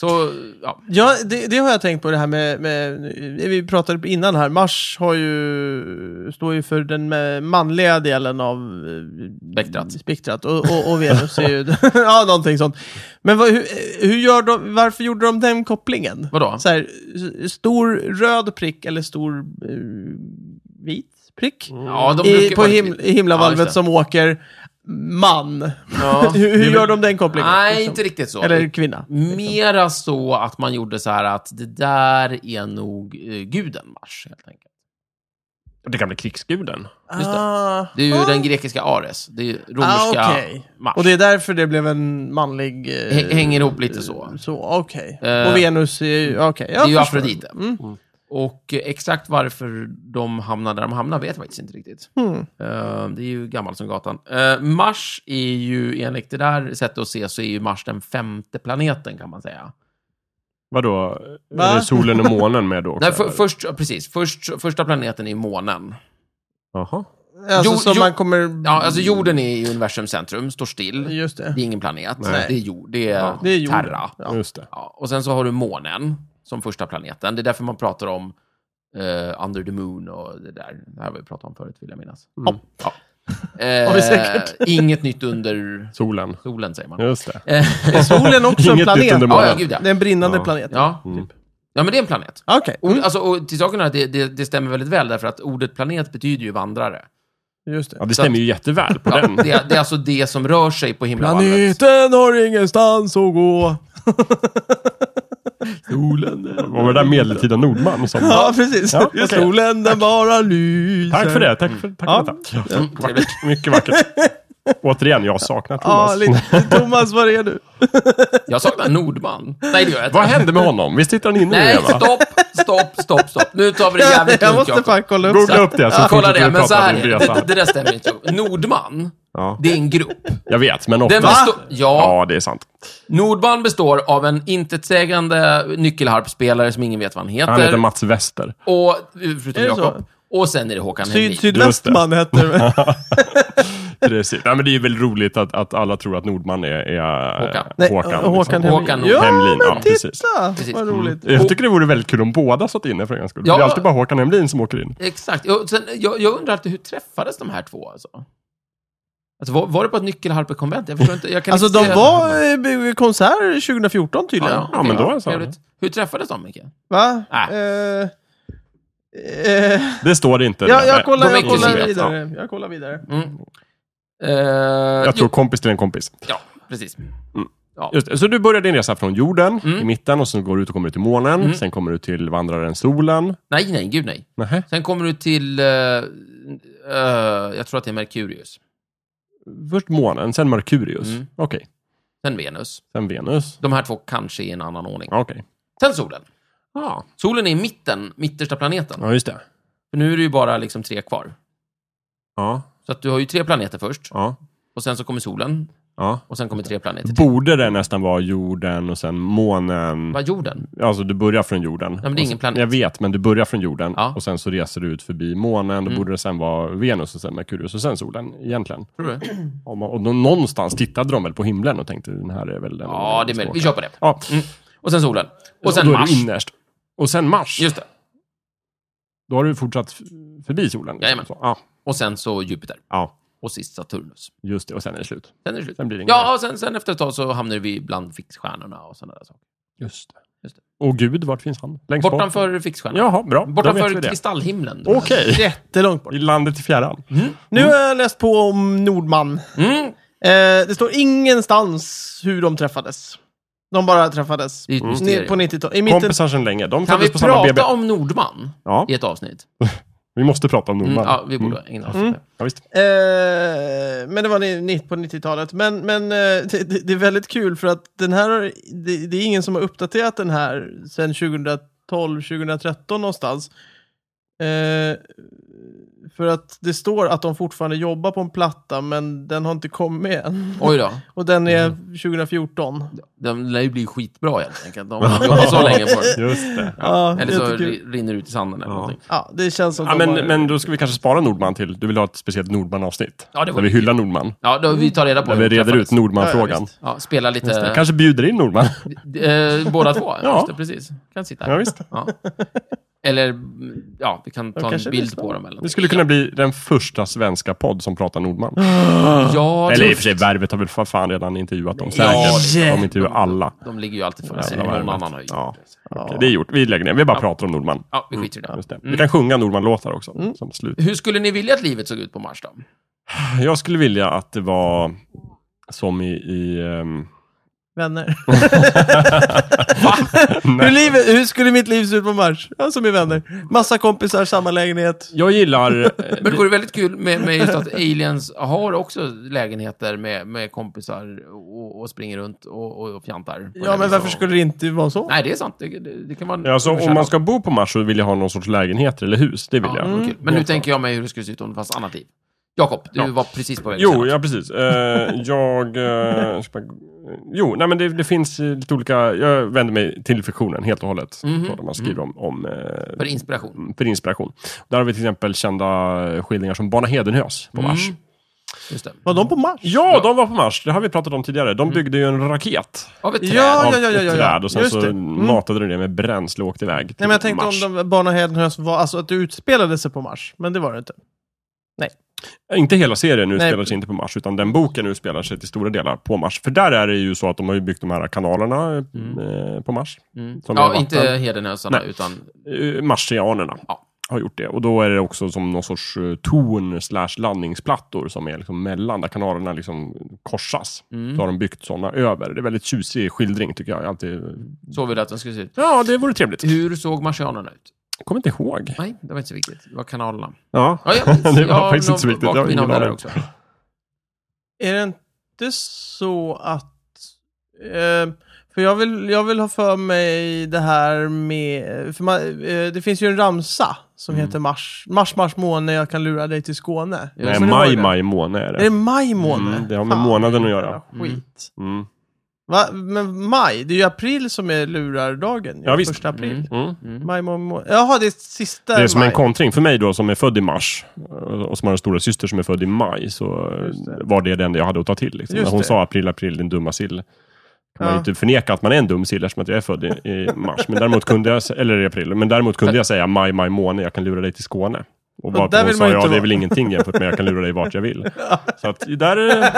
Så, ja.
Ja, det, det har jag tänkt på det här med, med, vi pratade innan här, Mars har ju, står ju för den eh, manliga delen av eh,
Spektrat.
spektrat och, och, och Venus är ju, ja någonting sånt. Men vad, hur, hur gör de, varför gjorde de den kopplingen?
Vadå?
Så här, s- stor röd prick eller stor eh, vit prick?
Ja, Mm. de
I,
brukar
på
vara
him,
lite-
i himlavalvet
Ja, just det.
som åker man.
Ja.
hur hur
väl-
gör de den kopplingen?
Nej,
liksom?
inte riktigt så.
Eller kvinna.
Mera så att man gjorde så här att det där är nog eh, guden Mars, helt enkelt.
Det gamla krigsguden.
just det.
Ah.
Det är ju
Ah.
den grekiska Ares. Det är ju romerska
Ah, okej.
Mars.
Och det är därför det blev en manlig... eh,
Häng- hänger ihop lite så.
Så, okej.
Eh,
och Venus är ju... Okej, jag
det är ju
förstår.
Afrodite.
Mm.
Och eh, exakt varför de hamnar där de hamnar vet jag faktiskt inte riktigt.
Mm.
Eh, Det är ju gammalt som gatan. Eh, Mars är ju, enligt det där sättet att se, så är ju Mars den femte planeten kan man säga.
Vadå?
Va?
Är det solen och månen med då? också,
Nej, för,
eller?
först, ja, precis. Först, första planeten är månen.
Jaha.
Alltså,
Jo-
så
jo-
man kommer...
Ja, alltså jorden är ju universums centrum, står still.
Just det.
Det är ingen planet.
Nej.
Det är jord. Det är,
det är jorden.
Terra.
Ja.
Just det.
Ja, och sen så har du månen som första planeten. Det är därför man pratar om eh, Under the Moon och det där. Det här har vi pratat om förut, vill jag minnas.
Mm.
Ja. Eh,
Har vi säkert.
Inget nytt under
Solen.
solen, säger man. Ja,
Just det.
eh,
Är solen också en
Inget nytt
planet?
under
ja,
månen.
ja gud ja.
Det är en brinnande
Ja.
planet.
Ja. Typ. ja, men det är en planet.
Okej,
Och, alltså, och till saken är att det, det, det stämmer väldigt väl, därför att ordet planet betyder ju vandrare.
just det.
Ja, det stämmer ju jätteväl på
Ja,
den.
det, är- det är alltså det som rör sig på himlavalvet.
Planeten har ingenstans att gå.
Solen. Det var det där medeltida Nordman som...
Ja, precis.
Ja, okej.
Solen den bara lyser.
Tack för det. Tack för, tack
Ja.
för detta. Vackert. Mycket vackert. Återigen, jag saknar
Ja,
Thomas.
lite. Thomas, var är du?
Jag saknar Nordman. Nej, det gör jag inte.
Vad hände med honom? Visst sitter han inne nu
Nej,
igen, va?
stopp, stopp, stopp, stopp. Nu tar vi det jävligt
Jag
lugnt,
måste
Jakob.
fan kolla upp
Googla
det.
upp det så
Ja, kolla
fortsätter vi
det, men
prata
så
om
här
din
är det.
resa.
Det- Det där stämmer inte. Nordman,
Ja.
det är en grupp.
Jag vet, men ofta...
Den består, ja,
Ja, det är sant.
Nordman består av en intetsägande nyckelharpspelare som ingen vet vad han heter.
Han heter Mats Wester.
och, förutom
Är det så?
Jakob. Och sen är det Håkan Henlin.
Syd, sydvästman heter det.
Precis. Nej, men det är ju väl roligt att, att alla tror att Nordman är, är
Håkan.
Nej, eh,
Håkan,
Håkan,
liksom.
Hemlin.
Håkan
Ja,
Hemlin, ja,
men titta!
precis.
Precis. Mm.
Vad roligt.
Jag tycker det vore väldigt kul om båda satt inne för en gångs skull.
Ja.
Det är alltid bara Håkan Hemlin som åker in.
Exakt. Och sen, jag, jag undrar alltid, hur träffades de här två? Alltså? Alltså, var, var det på ett nyckelharpekonvent? Jag förstår inte. Jag kan
Alltså
inte
de
se-
var eh, i konsert 2014
Ja,
tydligen.
Ja, men då var det så.
trevligt. Hur träffades de, Micke?
Va?
Ah.
Eh, eh,
Det står det inte.
ja,
Nej.
jag kollar,
de är
jag kollar
kusiner.
vidare. Jag kollar vidare.
Mm. Eh,
Jag tror kompis till en kompis.
Jo, ja, precis.
Just, det. så du börjar din resa från jorden
Mm.
i mitten och sen går du ut och kommer ut till månen.
Mm.
Sen kommer du till vandraren solen.
Nej, nej, gud nej.
Nähä.
Sen kommer du till, eh, eh, jag tror att det är Merkurius.
Först månen, sen Merkurius.
Mm.
Okej.
Sen Venus.
Sen Venus.
De här två kanske i en annan ordning.
Ja, Okej.
Sen solen.
Ja.
Solen är i mitten, mittersta planeten.
ja, just det.
För nu är det ju bara liksom tre kvar.
Ja.
Så att du har ju tre planeter först,
ja.
och sen så kommer solen,
ja.
och sen kommer tre planeter till.
Borde det nästan vara jorden och sen månen?
Vad jorden?
Alltså du börjar från jorden.
men det är
Och sen-
ingen planet.
Jag vet, men du börjar från jorden
Ja.
och sen så reser du ut förbi månen. Då
Mm.
borde det sen vara Venus och sen Merkurius och sen solen egentligen.
Tror du det?
Om man, och då, någonstans tittade de väl på himlen och tänkte den här är väl den.
Ja, det är möjligt. Vi kör på det.
Ja.
Och sen solen. Och
då
sen
är
Mars.
det innerst. Och sen Mars.
Just det.
Då har du fortsatt f- förbi solen. liksom.
Jajamän.
Så, ja,
Och sen så Jupiter.
ja,
Och sist Saturnus.
just det. Och sen är det slut.
Sen är det slut.
Sen blir det inget
Ja, och sen, sen efter ett tag så hamnar vi bland fixstjärnorna och sådana där saker.
Just det.
Just det.
Och Gud, vart finns han? Längst bort?
Bortanför fixstjärnorna.
Jaha, bra. Då vet vi
Bortanför
det.
kristallhimlen.
Okej.
Jättelångt bort.
I landet i fjärran.
Nu har jag läst på om Nordman.
Mm.
Eh, det står ingenstans hur de träffades. De bara träffades.
Mm.
Det är ett mysterium.
Ni- På 90-talet. I mitten...
Kompisar sedan länge. De
Kan vi
föddes på samma BB.
prata om Nordman
Ja,
i ett avsnitt?
vi måste prata om
Mm,
Nordman.
ja, vi borde ägna
Mm.
oss åt det.
Ja, visst.
Eh, men det var ni- ni- på 90-talet. Men, men eh, det, det det är väldigt kul för att den här, har- det, det är ingen som har uppdaterat den här sedan 2012, 2013 någonstans. Eh, för att det står att de fortfarande jobbar på en platta, men den har inte kommit än.
Oj då.
Och den är
Mm.
2014.
De lär ju bli skitbra helt enkelt. De har jobbat så länge på den.
Just det.
Ja,
Eller så
jag tycker-
ri- rinner det ut i sanden eller
Ja.
någonting.
ja, det känns som
Ja,
de
men,
har-
men då ska vi kanske spara Nordman till, du vill ha ett speciellt Nordman-avsnitt?
Ja, det var
där vi
kul.
hyllar Nordman.
Ja, då vi tar reda på
Där
hur
vi
de
reder
träffades.
ut Nordman-frågan.
Ja,
Ja, spela lite...
kanske bjuder in Nordman.
Eh, båda två?
Ja.
ja. Just det, precis. Kan sitta här.
Ja, visst.
Ja. Eller, mm, ja, vi kan ta en
kanske
bild
lyssnar.
på dem eller
Det skulle kunna bli den första svenska podd som pratar Nordman.
något. Ja,
Eller i och
tufft.
för sig, Värvet har väl för fan redan intervjuat dem.
Ja,
Säkert.
det-
De intervjuar alla.
De ligger ju alltid före sig.
Jävla
Någon
värvet.
annan har ju
Ja.
gjort det.
Okej, det är gjort. Vi lägger ner. Vi bara pratar om Nordman.
Ja, Mm. vi skiter i det.
Just det. Vi kan sjunga Nordman-låtar också, som slut.
Hur skulle ni vilja att livet såg ut på Mars då?
Jag skulle vilja att det var som i... i ehm,
Vänner. hur, livet, hur skulle mitt liv se ut på Mars? Ja, som är vänner. Massa kompisar, samma lägenhet.
jag gillar... eh,
Men det vore väldigt kul med, med just att aliens har också lägenheter med, med kompisar och, och springer runt och, och, och fjantar. på
Ja, men
den
varför
och-
skulle det inte vara så?
Nej, det är sant. Det, det, det kan man...
Ja, alltså, om
översätta.
man Mm. ska bo på Mars så vill jag ha någon sorts lägenheter eller hus. Det vill
Ja, Mm.
jag.
det vore kul. Men nu tänker jag mig hur det skulle se ut om det fanns annat liv. Jakob, du
Ja.
var precis på väg. att
Jo,
säga
ja precis. Eh, jag... eh, ska bara- jo, nej men det, det finns eh, lite olika... Jag vänder mig till fiktionen helt och hållet.
Mhm.
Klart att man skriver om, om eh,
något. För inspiration.
för inspiration. Där har vi till exempel kända skildringar som Barna Hedenhös på Mars.
Mm. Just det.
Var de på Mars?
Ja, de var på Mars. Det har vi pratat om tidigare.
Mm.
De byggde ju en raket
Av ett träd.
Ja,
av
ja, ja,
ett
ja, ja.
träd och sen
Just
så
det. Mm.
matade de det med bränsle och åkte iväg till
Nej, men jag tänkte
Mars.
om de, Barn och Hedenhös var, alltså att det utspelade sig på Mars, men det var det inte.
Inte hela serien
Nej.
utspelar sig inte på Mars, utan den boken utspelar sig till stora delar på Mars. För där är det ju så att de har ju byggt de här kanalerna eh, på Mars.
Mm.
Som är
Ja,
vatten.
inte hedenösarna,
Nej.
utan...
Eh, Marsianerna
Ja.
har gjort det. Och då är det också som någon sorts eh, torn slash landningsplattor som är liksom mellan, där kanalerna liksom korsas.
Mm.
Så har de byggt sådana över. Det är väldigt tjusig skildring tycker jag. jag. Alltid...
Så ville jag att den skulle se ut.
Ja, det vore trevligt.
Hur såg marsianerna ut?
Kommer inte ihåg.
Nej, det var inte så viktigt. Det var kanalerna.
Ja,
Ja, jag minns.
det
Jag
var
har
faktiskt
nog
inte så viktigt. Jag har
vaknat
ingen
av det där
aning.
också.
Är det inte så att... Eh, för jag vill, jag vill ha för mig det här med... För man, eh, det finns ju en ramsa som
Mm.
heter Mars. Mars, Mars, måne, jag kan lura dig till Skåne.
Nej,
Kommer ni ihåg
maj,
det?
maj måne är
Är det
det.
maj måne?
Mm, det har med
Fan,
månaden att göra.
jävla Skit.
Mm.
Va? Men maj, det är ju april som är lurardagen. ju.
Ja, visst.
Första april.
Mm.
Mm.
Maj, må, må. Jaha, det är sista
Det är som
maj.
en kontring för mig då som är född i mars eh, och som har en stora syster som är född i maj så eh,
Just det.
var det det enda jag hade att ta till. Liksom. När
Just
hon
det.
sa april, april, din dumma sill. Kan man
Ja.
ju inte förneka att man är en dum sill eftersom att jag är född i, i mars. Men däremot kunde jag, sä- eller i april, men däremot kunde jag säga maj, maj, måne, jag kan lura dig till Skåne. Och varpå
där
hon
vill
sa,
man ju
ja
inte
det är
vara."
väl ingenting jämfört med jag kan lura dig vart jag vill. Så att där, eh,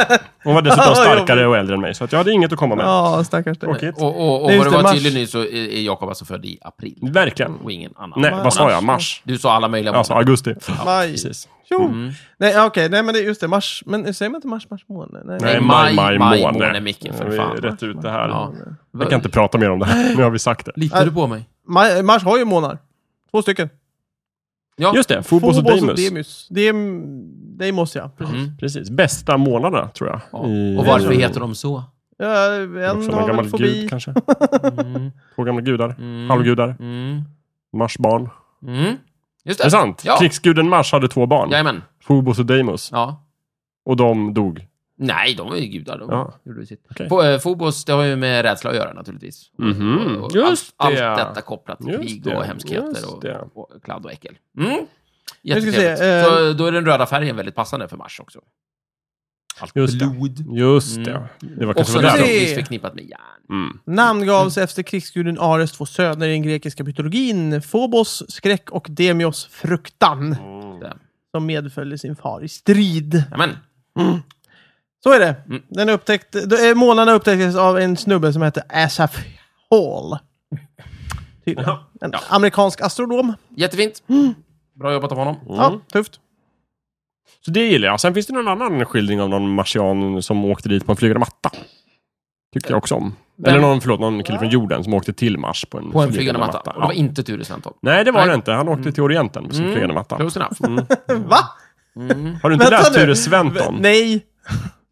hon var dessutom
Vad
starkare
jobbigt.
och äldre än mig, så att jag hade inget att komma med.
Ja, stackars dig.
Tråkigt.
Och, och, och
Nej, just
vad det
det,
var
mars.
tydligt nu så är är Jakob alltså född i april.
Verkligen.
Och ingen annan.
Nej,
månad.
vad sa jag? Mars?
Du sa alla möjliga
Alltså
månader.
augusti.
Maj.
Precis. Mm.
Jo. Nej, ja, okej. Nej, men det är just det. Mars. Men säger man inte mars, mars, måne? Nej.
Nej, maj, maj, måne, Micke, för
vi
fan.
rätt ut det här.
Ja.
Jag kan inte prata mer om det här. Nu har vi sagt det.
Litar du på mig?
Maj, mars har ju månader. Två stycken.
Ja.
Just det, Phobos och Deimos.
Deimos. Deim, Deimos, ja. Precis.
Mm.
Precis, bästa månaderna tror jag.
Ja.
I-
Och varför heter de så?
Ja,
Också
en
någon
har
gammal
väl fobi.
gud kanske?
Mm.
Två gamla gudar.
Mm.
Halvgudar.
Mm.
Mars barn.
Mm. Just
Är det
det.
sant?
Ja.
Krigsguden Mars hade två barn.
Jajamän.
Phobos och Deimos.
Ja.
Och de dog.
Nej, de är ju gudar. De
Ja.
gjorde ju sitt.
Okej.
På, eh, Phobos, det har ju med rädsla att göra naturligtvis.
Mhm,
Och- och
just
allt,
det.
allt detta kopplat till
Just
krig
det,
och hemskheter
just det.
och, och kladd och äckel. Mm.
ska se,
Jättetrevligt.
eh,
Så då är den röda färgen väldigt passande för Mars också.
Allt
Just
blod.
blod. Mm.
Just det. Det var
Och
kanske
så
var därför.
det-
naturligtvis förknippat med järn.
Mm.
Namn gavs efter krigsguden Ares två söner i den grekiska mytologin. Phobos, skräck och Demios, fruktan.
Mm.
Som medföljde sin far i strid.
Amen.
Så är det.
Mm.
Den upptäckt, eh, målarna upptäcktes av en snubbe som hette Asaph Hall. Tydligen. En amerikansk astronom.
Jättefint. Bra jobbat av honom.
Ja, tufft.
Så det gillar jag. Sen finns det någon annan skildring av någon marsian som åkte dit på en flygande matta. Tycker jag också om. Eller någon, förlåt, någon kille från jorden som åkte till Mars på en,
På en flygande matta. Och det var
Ja.
inte Ture Sventorp.
Nej, det var
Nej.
det inte. Han åkte till Orienten på sin
Mm.
flygande matta.
Close enough.
Va?
Har du inte
Vänta
läst
nu.
Ture
V-
Sventon?
Nej.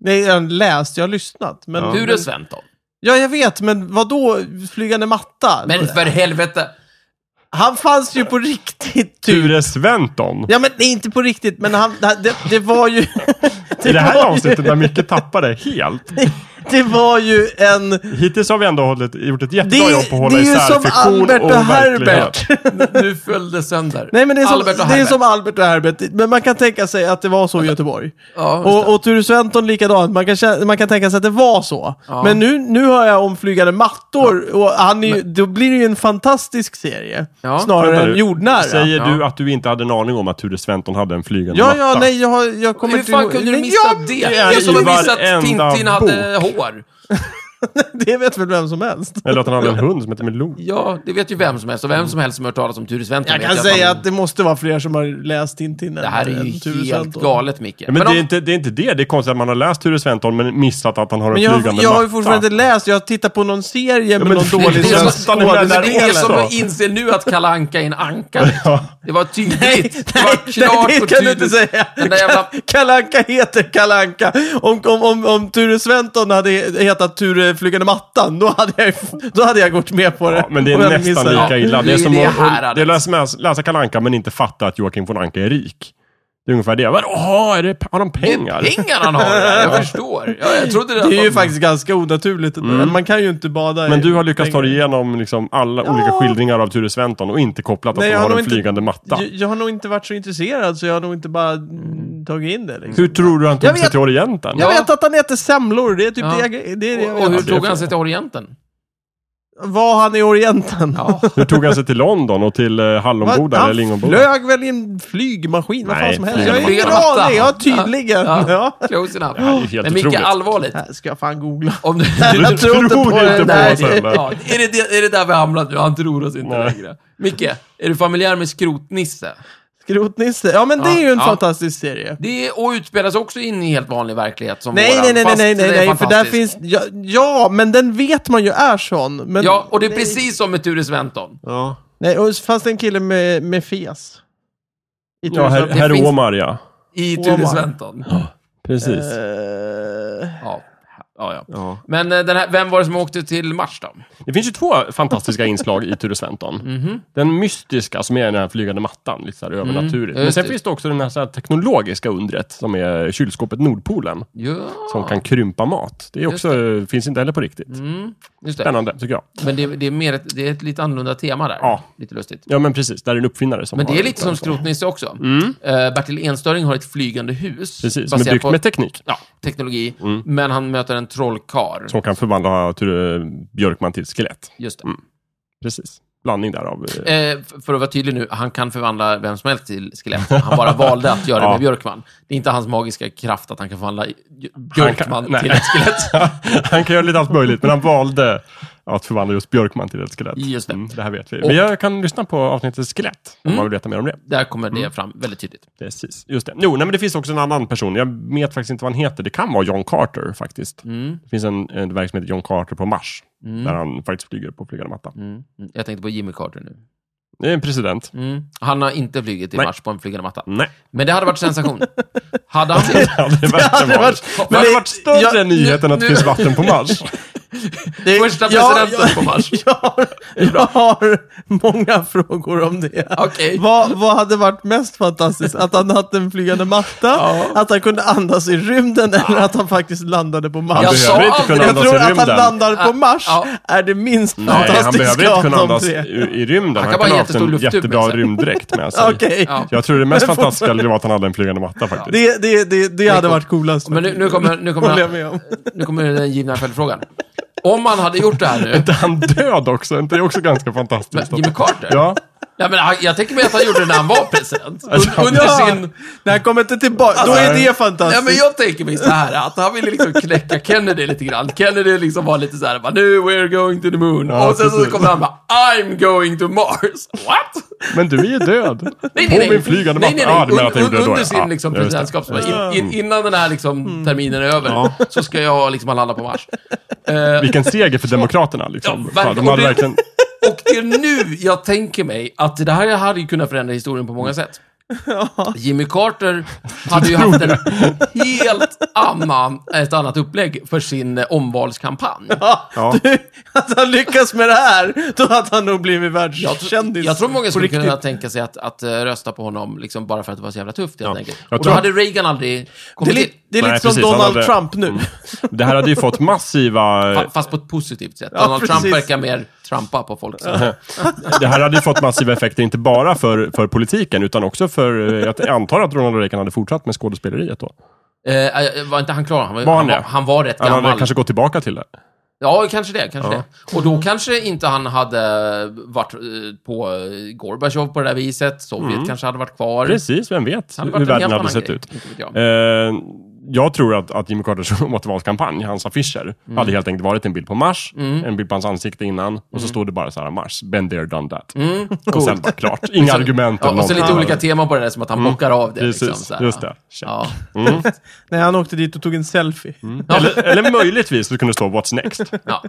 Nej, jag har läst. Jag har lyssnat. Men,
Ja.
Ture Sventon.
Ja, jag vet, men vad då Flygande matta?
Men för helvete!
Han fanns ju på riktigt, typ.
Ture Sventon?
Ja, men nej, inte på riktigt, men han, det, det var ju... det,
I det
var
här
ju-
avsnittet där Micke tappade helt.
Det var ju en...
Hittills har vi ändå hållit, gjort ett
Det,
jättebra jobb på att
det
hålla
är ju
isär
som
fiktion
Albert och
verklighet.
Herbert.
Nu föll det sönder.
Nej, men det är, som,
Albert och
det är
Herbert.
som Albert och Herbert. Men man kan tänka sig att det var så i Göteborg.
Ja, just det.
Och, och Ture Sventon likadant. Man kan, kä- man kan tänka sig att det var så.
Ja.
Men nu, nu hör jag om flygande mattor och han är ju, då blir det ju en fantastisk serie.
Ja.
Snarare
Vänta nu.
än jordnära.
Säger
Ja.
du att du inte hade en aning om att Ture Sventon hade en flygande
Ja,
matta?
ja, nej, jag, har- jag kommer
Hur
inte
fan
ihåg-
kunde du
Men
missa
jag-
det?
är
Det är som att
i
missa att
varenda
Tintin hade hår.
Det vet väl vem som helst?
Eller att han hade en hund som hette Milou?
Ja, det vet ju vem som helst. Och vem som helst som hört talas om Ture Sventon
Jag
vet
kan
att
säga
han-
att det måste vara fler som har läst Tintin
Det här är ju helt galet, Micke.
Ja, Men, det,
om-
är inte, det är inte det. Det är konstigt att man har läst Ture Sventon men missat att han har en
Men jag,
flygande
har- jag har ju
matta.
fortfarande inte läst, jag har tittat på någon serie med
men
någon
det- det
dålig
är
svensk
som- det är
skådespelare.
där
Det är som
Alltså.
att inse nu att Kalanka är en anka.
Ja.
Det var tydligt. det
Nej,
var klart
nej, det
och
kan du inte
tydligt.
säga.
Den där jävla...
Kalanka heter Kalanka. Om, om, om, om Ture Sventon hade hetat Ture Flygande Mattan, då hade jag, ju- då hade jag gått med på det.
Ja, men det är
Om jag hade
nästan
missat
lika illa.
Det
Det
är
är som
det
att
här, Alex.
det är läsa, med- läsa Kalle Anka men inte fatta att Joakim von Anka är rik. Det är ungefär det. Vadå, Jaha, är det, har de
Det är
pengar?
pengar han har. ja, Jag förstår. Jag, jag trodde det.
Det är ju
att-
faktiskt ganska onaturligt. Men man kan ju inte bada i-
Mm. Men du har lyckats ta dig igenom liksom alla olika skildringar av Ture Sventon och inte kopplat att
Nej, jag har
han har
nog
en
inte-
flygande matta.
Jag, jag har nog inte varit så intresserad, så jag har nog inte bara mm, tagit in det. Liksom.
Hur tror du han
Jag
tog sig
vet-
till Orienten?
Jag
Ja.
vet att han heter Semlor, det är typ
Ja.
det jag, det är det jag
Och, och
vet.
hur
det är
tog han
för-
sig till Orienten?
Var han i Orienten?
Ja.
Hur tog han sig till London och till eh,
Vad-
Hallonboda eller
Han
Lingonboda?
flög väl i en flygmaskin? Vad fan
Nej,
som helst. Jag
flygande
har ingen
matta.
aning. Ja, tydligen.
Ja.
Ja.
Close enough.
är ju helt
Men mycket
otroligt.
allvarligt.
Här ska jag fan googla.
Om du,
Jag tror inte på det. Nej,
oss
det-
heller.
ja, är, det, det- är det där vi har hamnat nu? Han tror oss inte
Nej.
längre. Micke, är du familjär med Skrotnisse?
Skrotnisse. Ja, men det
Ja,
är ju en
ja.
fantastisk serie.
Det är, och utspelas också in i helt vanlig verklighet som
Nej,
våran,
nej, nej, nej,
fast
nej,
det är
nej, nej, för där
fantastiskt.
finns... Ja, ja, men den vet man ju är sån. Men,
Ja, och det är
nej.
precis som med Ture Sventon.
Ja,
Nej, och så fanns det en kille med, med fes. I
ja herr,
Tusen-
Det finns-
herr Omar ja.
I
Åh,
Ture
man.
Sventon.
Precis.
Eh,
Ja. Ja, ja.
Ja.
Men eh, den här, vem var det som åkte till Mars då?
Det finns ju två fantastiska inslag i Ture Sventon.
Mhm.
Den mystiska som är den här flygande mattan, lite så här övernaturligt. Men
Mm. just
sen
det.
finns det också den här, så här teknologiska undret som är kylskåpet Nordpolen.
Ja,
Som kan krympa mat. Det, är
Ah. Just Mm.
också, finns inte heller på riktigt.
just det.
Spännande, tycker jag.
Men det, det, är mer ett, det är ett lite annorlunda tema där.
Ja.
Lite lustigt.
Ja, men precis. Där är en uppfinnare som
Men det
har-
är lite som Skrotnisse också. Eh, Bertil Enstöring har ett flygande hus.
Mm. Precis, som är
baserat
byggt
på
med Mm. teknik.
ja, teknologi. Men han möter en trollkar.
Som kan förvandla Ture Björkman till skelett.
Just det.
Precis. Blandning därav. eh,
Eh, f- för att vara tydlig nu, han kan förvandla vem som helst till skelett. Han bara valde att göra det med
Ja.
Björkman. Det är inte hans magiska kraft att han kan förvandla i-
Han
Björkman
kan- nej.
till ett skelett.
han kan göra lite allt möjligt, men han valde att förvandla just Björkman till ett skelett.
Just det.
Mm, det här vet vi.
Och- Mm.
Men jag kan lyssna på avsnittet Skelett, om man vill veta mer om det.
Där kommer det
Mm.
fram väldigt tydligt.
Precis, just det. Jo, nej, men det finns också en annan person. Jag vet faktiskt inte vad han heter. Det kan vara John Carter faktiskt. Det finns en, en verk som heter John Carter på Mars. Där han faktiskt flyger på flygande matta.
Mm. Mm. Jag tänkte på Jimmy Carter nu.
Det är en president.
Mm. Han har inte flugit till
Nej. Mm.
Mars på en flygande matta.
Nej.
Men det hade varit sensation. hade han blivit...
Det hade verkligen
hade varit-
varit, det
men
hade
det-
varit större
jag-
nyhet än att det
nu-
finns vatten på Mars.
Det-
Första
Eh, Ja,
presidenten
ja,
på Mars.
Jag har, jag har många frågor om det.
Okej.
Vad, vad hade varit mest fantastiskt? Att han hade en flygande matta,
Ja.
att han kunde andas i rymden eller att han faktiskt landade på Mars?
Han
Jag sa
behöver inte kunna
Jag
aldrig-
andas
tror
i
att han
rymden.
landar på
Ah,
Mars
ja.
är det minst
Nej,
fantastiska
han behöver inte kunna
av de
andas i,
tre.
i rymden. Han,
kan
kan
bara
bara
ha
ha
en
haft
jättestor
en
lufttub med
jättebra
sig.
rymddräkt med sig.
Okej.
Ja.
Jag tror det mest
Men
fantastiska var att han hade en flygande matta faktiskt.
Det, det, det, det hade varit coolast.
Men nu, nu kommer, nu kommer,
håller jag med om.
nu kommer den givna följdfrågan. Om man hade gjort det här nu,
Inte han död också? Inte Det är också ganska fantastiskt.
Jimmy Carter?
Ja.
Nej, men han- jag tänker mig att han gjorde det när han var president. Un- under
Ja,
sin...
När han kommer inte tillbaka, då är det fantastiskt.
Nej, men jag tänker mig så här att han ville liksom knäcka Kennedy lite grann. Kennedy liksom var lite så här, bara, nu we're going to the moon.
Ja,
och sen så
precis.
kommer han bara, I'm going to Mars. What?
Men du är ju död.
Nej,
På min flygande
nej, nej,
matta.
nej.
Ah, du menar att
Un-
jag gjorde det då?
Under
ja.
sin liksom,
Ja, just det.
presidentskap, så bara, in, in, innan den här liksom, terminen är över,
Ja.
så ska jag liksom ha landat på Mars. Eh,
Vilken seger för Demokraterna liksom.
Ja,
Fan,
verkligen.
de hade
Och det-
verkligen...
och det är nu jag tänker mig att det här hade ju kunnat förändra historien på många sätt. Jimmy Carter hade ju haft en helt annan, ett annat upplägg för sin eh, omvalskampanj.
Ja,
Ja.
Du, att han lyckas med det här, då hade han nog blivit
Jag,
världskändis.
tror- jag tror många skulle
På riktigt.
kunna tänka sig att, att eh, rösta på honom liksom bara för att det var så jävla tufft helt
Ja.
enkelt.
Jag
Och då
tror-
hade Reagan aldrig
Det är,
kommit
li-
till.
det är
Nej,
lite som
precis, han
Donald
hade- Mm.
Trump nu.
Det här hade ju fått massiva...
Fa- Fast på ett positivt sätt.
Ja,
Donald Trump
precis.
verkar mer trampa på folk. Så.
Det här hade ju fått massiva effekter, inte bara för, för politiken, utan också för... eh, Jag antar att Ronald Reagan hade fortsatt med skådespeleriet då.
Eh, eh, var inte han klar? Han var,
Var
han
han
var,
det?
han var rätt
Han
gammal.
hade kanske gått tillbaka till det.
Ja, kanske det. Kanske
Ja.
det. Och då kanske inte han hade varit eh, på eh, Gorbatjov på det där viset. Sovjet kanske hade varit kvar.
Mm. Precis, vem vet
Det hade varit
hur
en
världen
helt
hade
annan
sett
grej.
ut.
Inte vet jag.
Eh, jag tror att, att Jimmy Carters återvalskampanj, hans affischer, hade helt enkelt varit en bild på Mars, en bild på hans ansikte innan, och
Mm.
så stod det bara så här Mars, been there, done that. Och sen bara klart, inga argument
Liksom- Ja,
eller
och så lite
någonting.
olika teman på det där, som att han bockar av det.
Mm. Precis,
liksom, så här.
just det. Check.
Ja.
Nej, han åkte dit och tog en selfie.
Eller, eller möjligtvis så kunde det stå What's next?
Ja.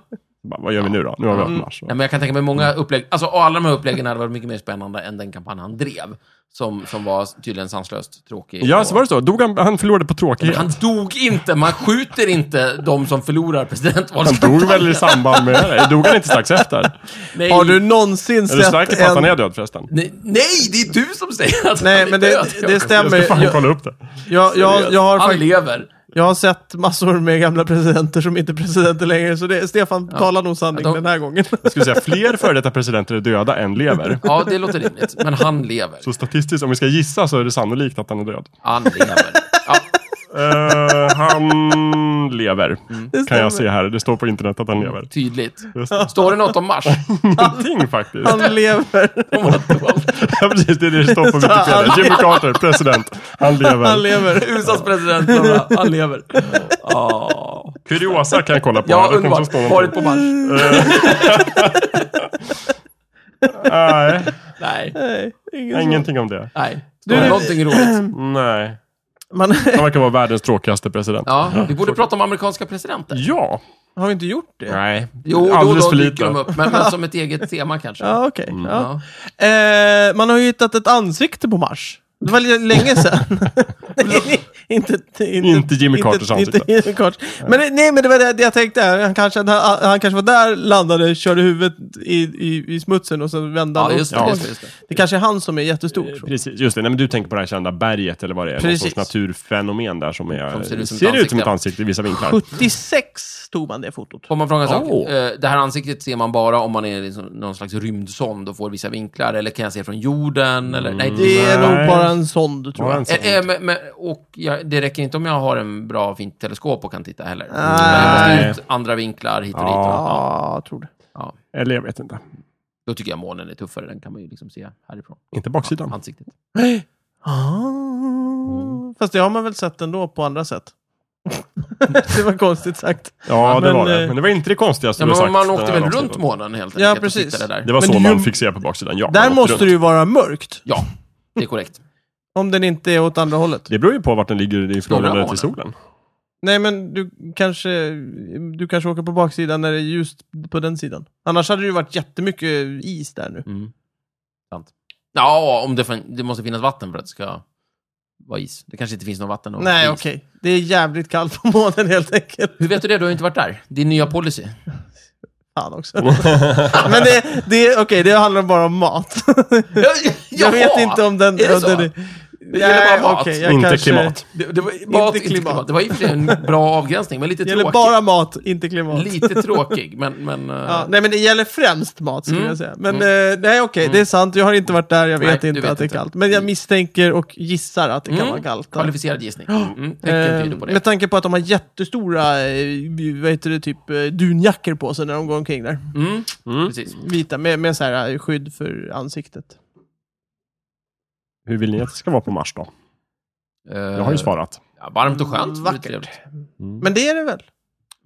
Bara, vad gör vi nu då? Nu har vi varit på Mars.
Nej, men jag kan tänka mig många upplägg. Alltså, alla de här uppläggen hade varit mycket mer spännande än den kampanj han drev. Som, som var tydligen sanslöst tråkig.
Ja,
Och-
så var det så. Dog han, han förlorade på tråkighet.
Han dog inte, man skjuter inte de som förlorar
Han
presidentvalskampanjen.
dog väl i samband med det? Dog han inte strax efter?
Nej.
Har du någonsin
Är du
sett
säker på att han
en...
är död förresten?
Nej, nej, det är du som säger att
Nej,
han är
men
död.
det, det
Jag ska
stämmer.
fan
Jag,
kolla upp det.
jag, jag, jag, har
Han
fakt-
lever.
jag har sett massor med gamla presidenter som inte är presidenter längre, så det, Stefan talar nog sanning
Ja, de-
den här gången.
Jag skulle säga fler före detta presidenter är döda än lever.
Ja, det låter rimligt. Men han lever.
Så statistiskt, om vi ska gissa så är det sannolikt att han är död.
Han lever. Ja,
Eh, han lever, kan
stämmer.
jag se här. Det står på internet att han lever.
tydligt.
Just det.
Står det något om Mars?
Ingenting faktiskt.
Han lever.
Om att det var
Ja, precis, det är det det står på Wikipedia.
Han-
Jimmy Carter, president. Han
Han
lever.
lever.
USAs president, bla, bla, han lever. Ja,
Kuriosa kan jag kolla på.
ja
här. Det kanske
underbart.
står någonting.
Varit på Mars?
Nej,
Nej,
Nej, ingen som-
ingenting om det.
nej.
Du,
Du,
det-
någonting roligt.
Nej.
Man,
Han verkar vara världens tråkigaste president.
Ja, vi borde prata om amerikanska presidenter.
Ja.
har vi inte gjort det?
Nej.
Jo, då och
Alldeles
då
för
dyker
lite.
de upp, men, men som ett eget tema kanske.
Ja, okej. Ja.
Ja.
Eh, man har ju hittat ett ansikte på Mars. Det var li- länge sedan. nej, inte, inte,
Inte Jimmy Carters ansikte.
Inte Jimmy Carter. Men, det- nej, men det var det jag tänkte. Han kanske, han, han kanske var där, landade, körde huvudet i, i, i smutsen och sen vände han
Ja,
upp.
just det.
Ja.
Just det, just det.
Det kanske är han som är jättestor. tror jag.
Precis, just det. Nej, men du tänker på det här kända berget eller vad det är.
Precis.
Någon sorts naturfenomen där som, är,
Som
ser ut som,
ansikte.
ett, ansikte i vissa vinklar.
76 tog man det fotot.
Får man fråga en sak?
Oh.
Eh, Det här ansiktet ser man bara om man är liksom någon slags rymdsond och får vissa vinklar. Eller kan jag se från jorden?
Mm.
Eller, nej,
Det är
Nej.
nog bara en sond, tror
Bara
jag.
en sån.
Eh, eh, men, men, och jag, det räcker inte om jag har en bra fint teleskop och kan titta heller. Mm.
Nej.
Jag måste ut andra vinklar hit och dit.
Ja.
Ja.
Ja, jag tror det.
Ja.
Eller jag vet inte.
Då tycker jag månen är tuffare. Den kan man ju liksom se härifrån.
Inte baksidan.
Ansiktet.
Ah. Fast det har man väl sett ändå på andra sätt. det var konstigt sagt.
Ja, det
Men,
var det.
eh,
Men det var inte det konstigaste
Ja,
du har
men
sagt.
man
den
åkte
här
väl runt
avsnittet.
månen helt enkelt?
Ja,
och
precis.
tittade Där.
Det var
Men
så
det-
man fick se på baksidan. Ja, man
Där
åkte
måste
runt.
det ju vara mörkt.
Ja, det är korrekt.
Om den inte är åt andra hållet.
Det beror ju på vart den ligger i förhållande
månen.
till solen.
Nej, men du kanske, du kanske åker på baksidan när det är ljust på den sidan. Annars hade det ju varit jättemycket is där nu.
Mm. Sant. Ja, om det, fin- det måste finnas vatten för att det ska vara is. Det kanske inte finns något vatten och
Nej,
is.
okej. Det är jävligt kallt på månen helt enkelt.
Hur vet du det? Du har ju inte varit där. Din nya policy.
Fan också. Men det, det, okej, det handlar bara om mat. Jag vet inte om den...
Är det
om den
så? Det gäller bara mat.
okej, jag
Inte
kanske-
klimat.
Det, det var, mat, inte
klimat.
klimat. Det var i och för sig en bra avgränsning, men lite
Det gäller
tråkig.
bara mat, inte klimat.
Lite tråkig, men... men eh,
Ja, nej, men det gäller främst mat skulle
Mm.
jag säga. Men eh, nej, okej, det är sant. Jag har inte varit där, jag
Nej,
vet
du
inte
vet
att det är
inte.
kallt. Men jag misstänker och gissar att det kan
Mm.
vara kallt. där.
Kvalificerad gissning. Mm, tecken
Eh,
tyder på det.
med tanke på att de har jättestora, eh, vad heter det, typ eh, dunjackor på sig när de går omkring där.
Mm,
Mm.
precis.
Vita, med, med så här eh, skydd för ansiktet.
Hur vill ni att det ska vara på Mars då? Jag har ju svarat.
Eh, Ja, varmt och skönt. vore
Mm, Vackert.
trevligt. Mm.
Men det är det väl?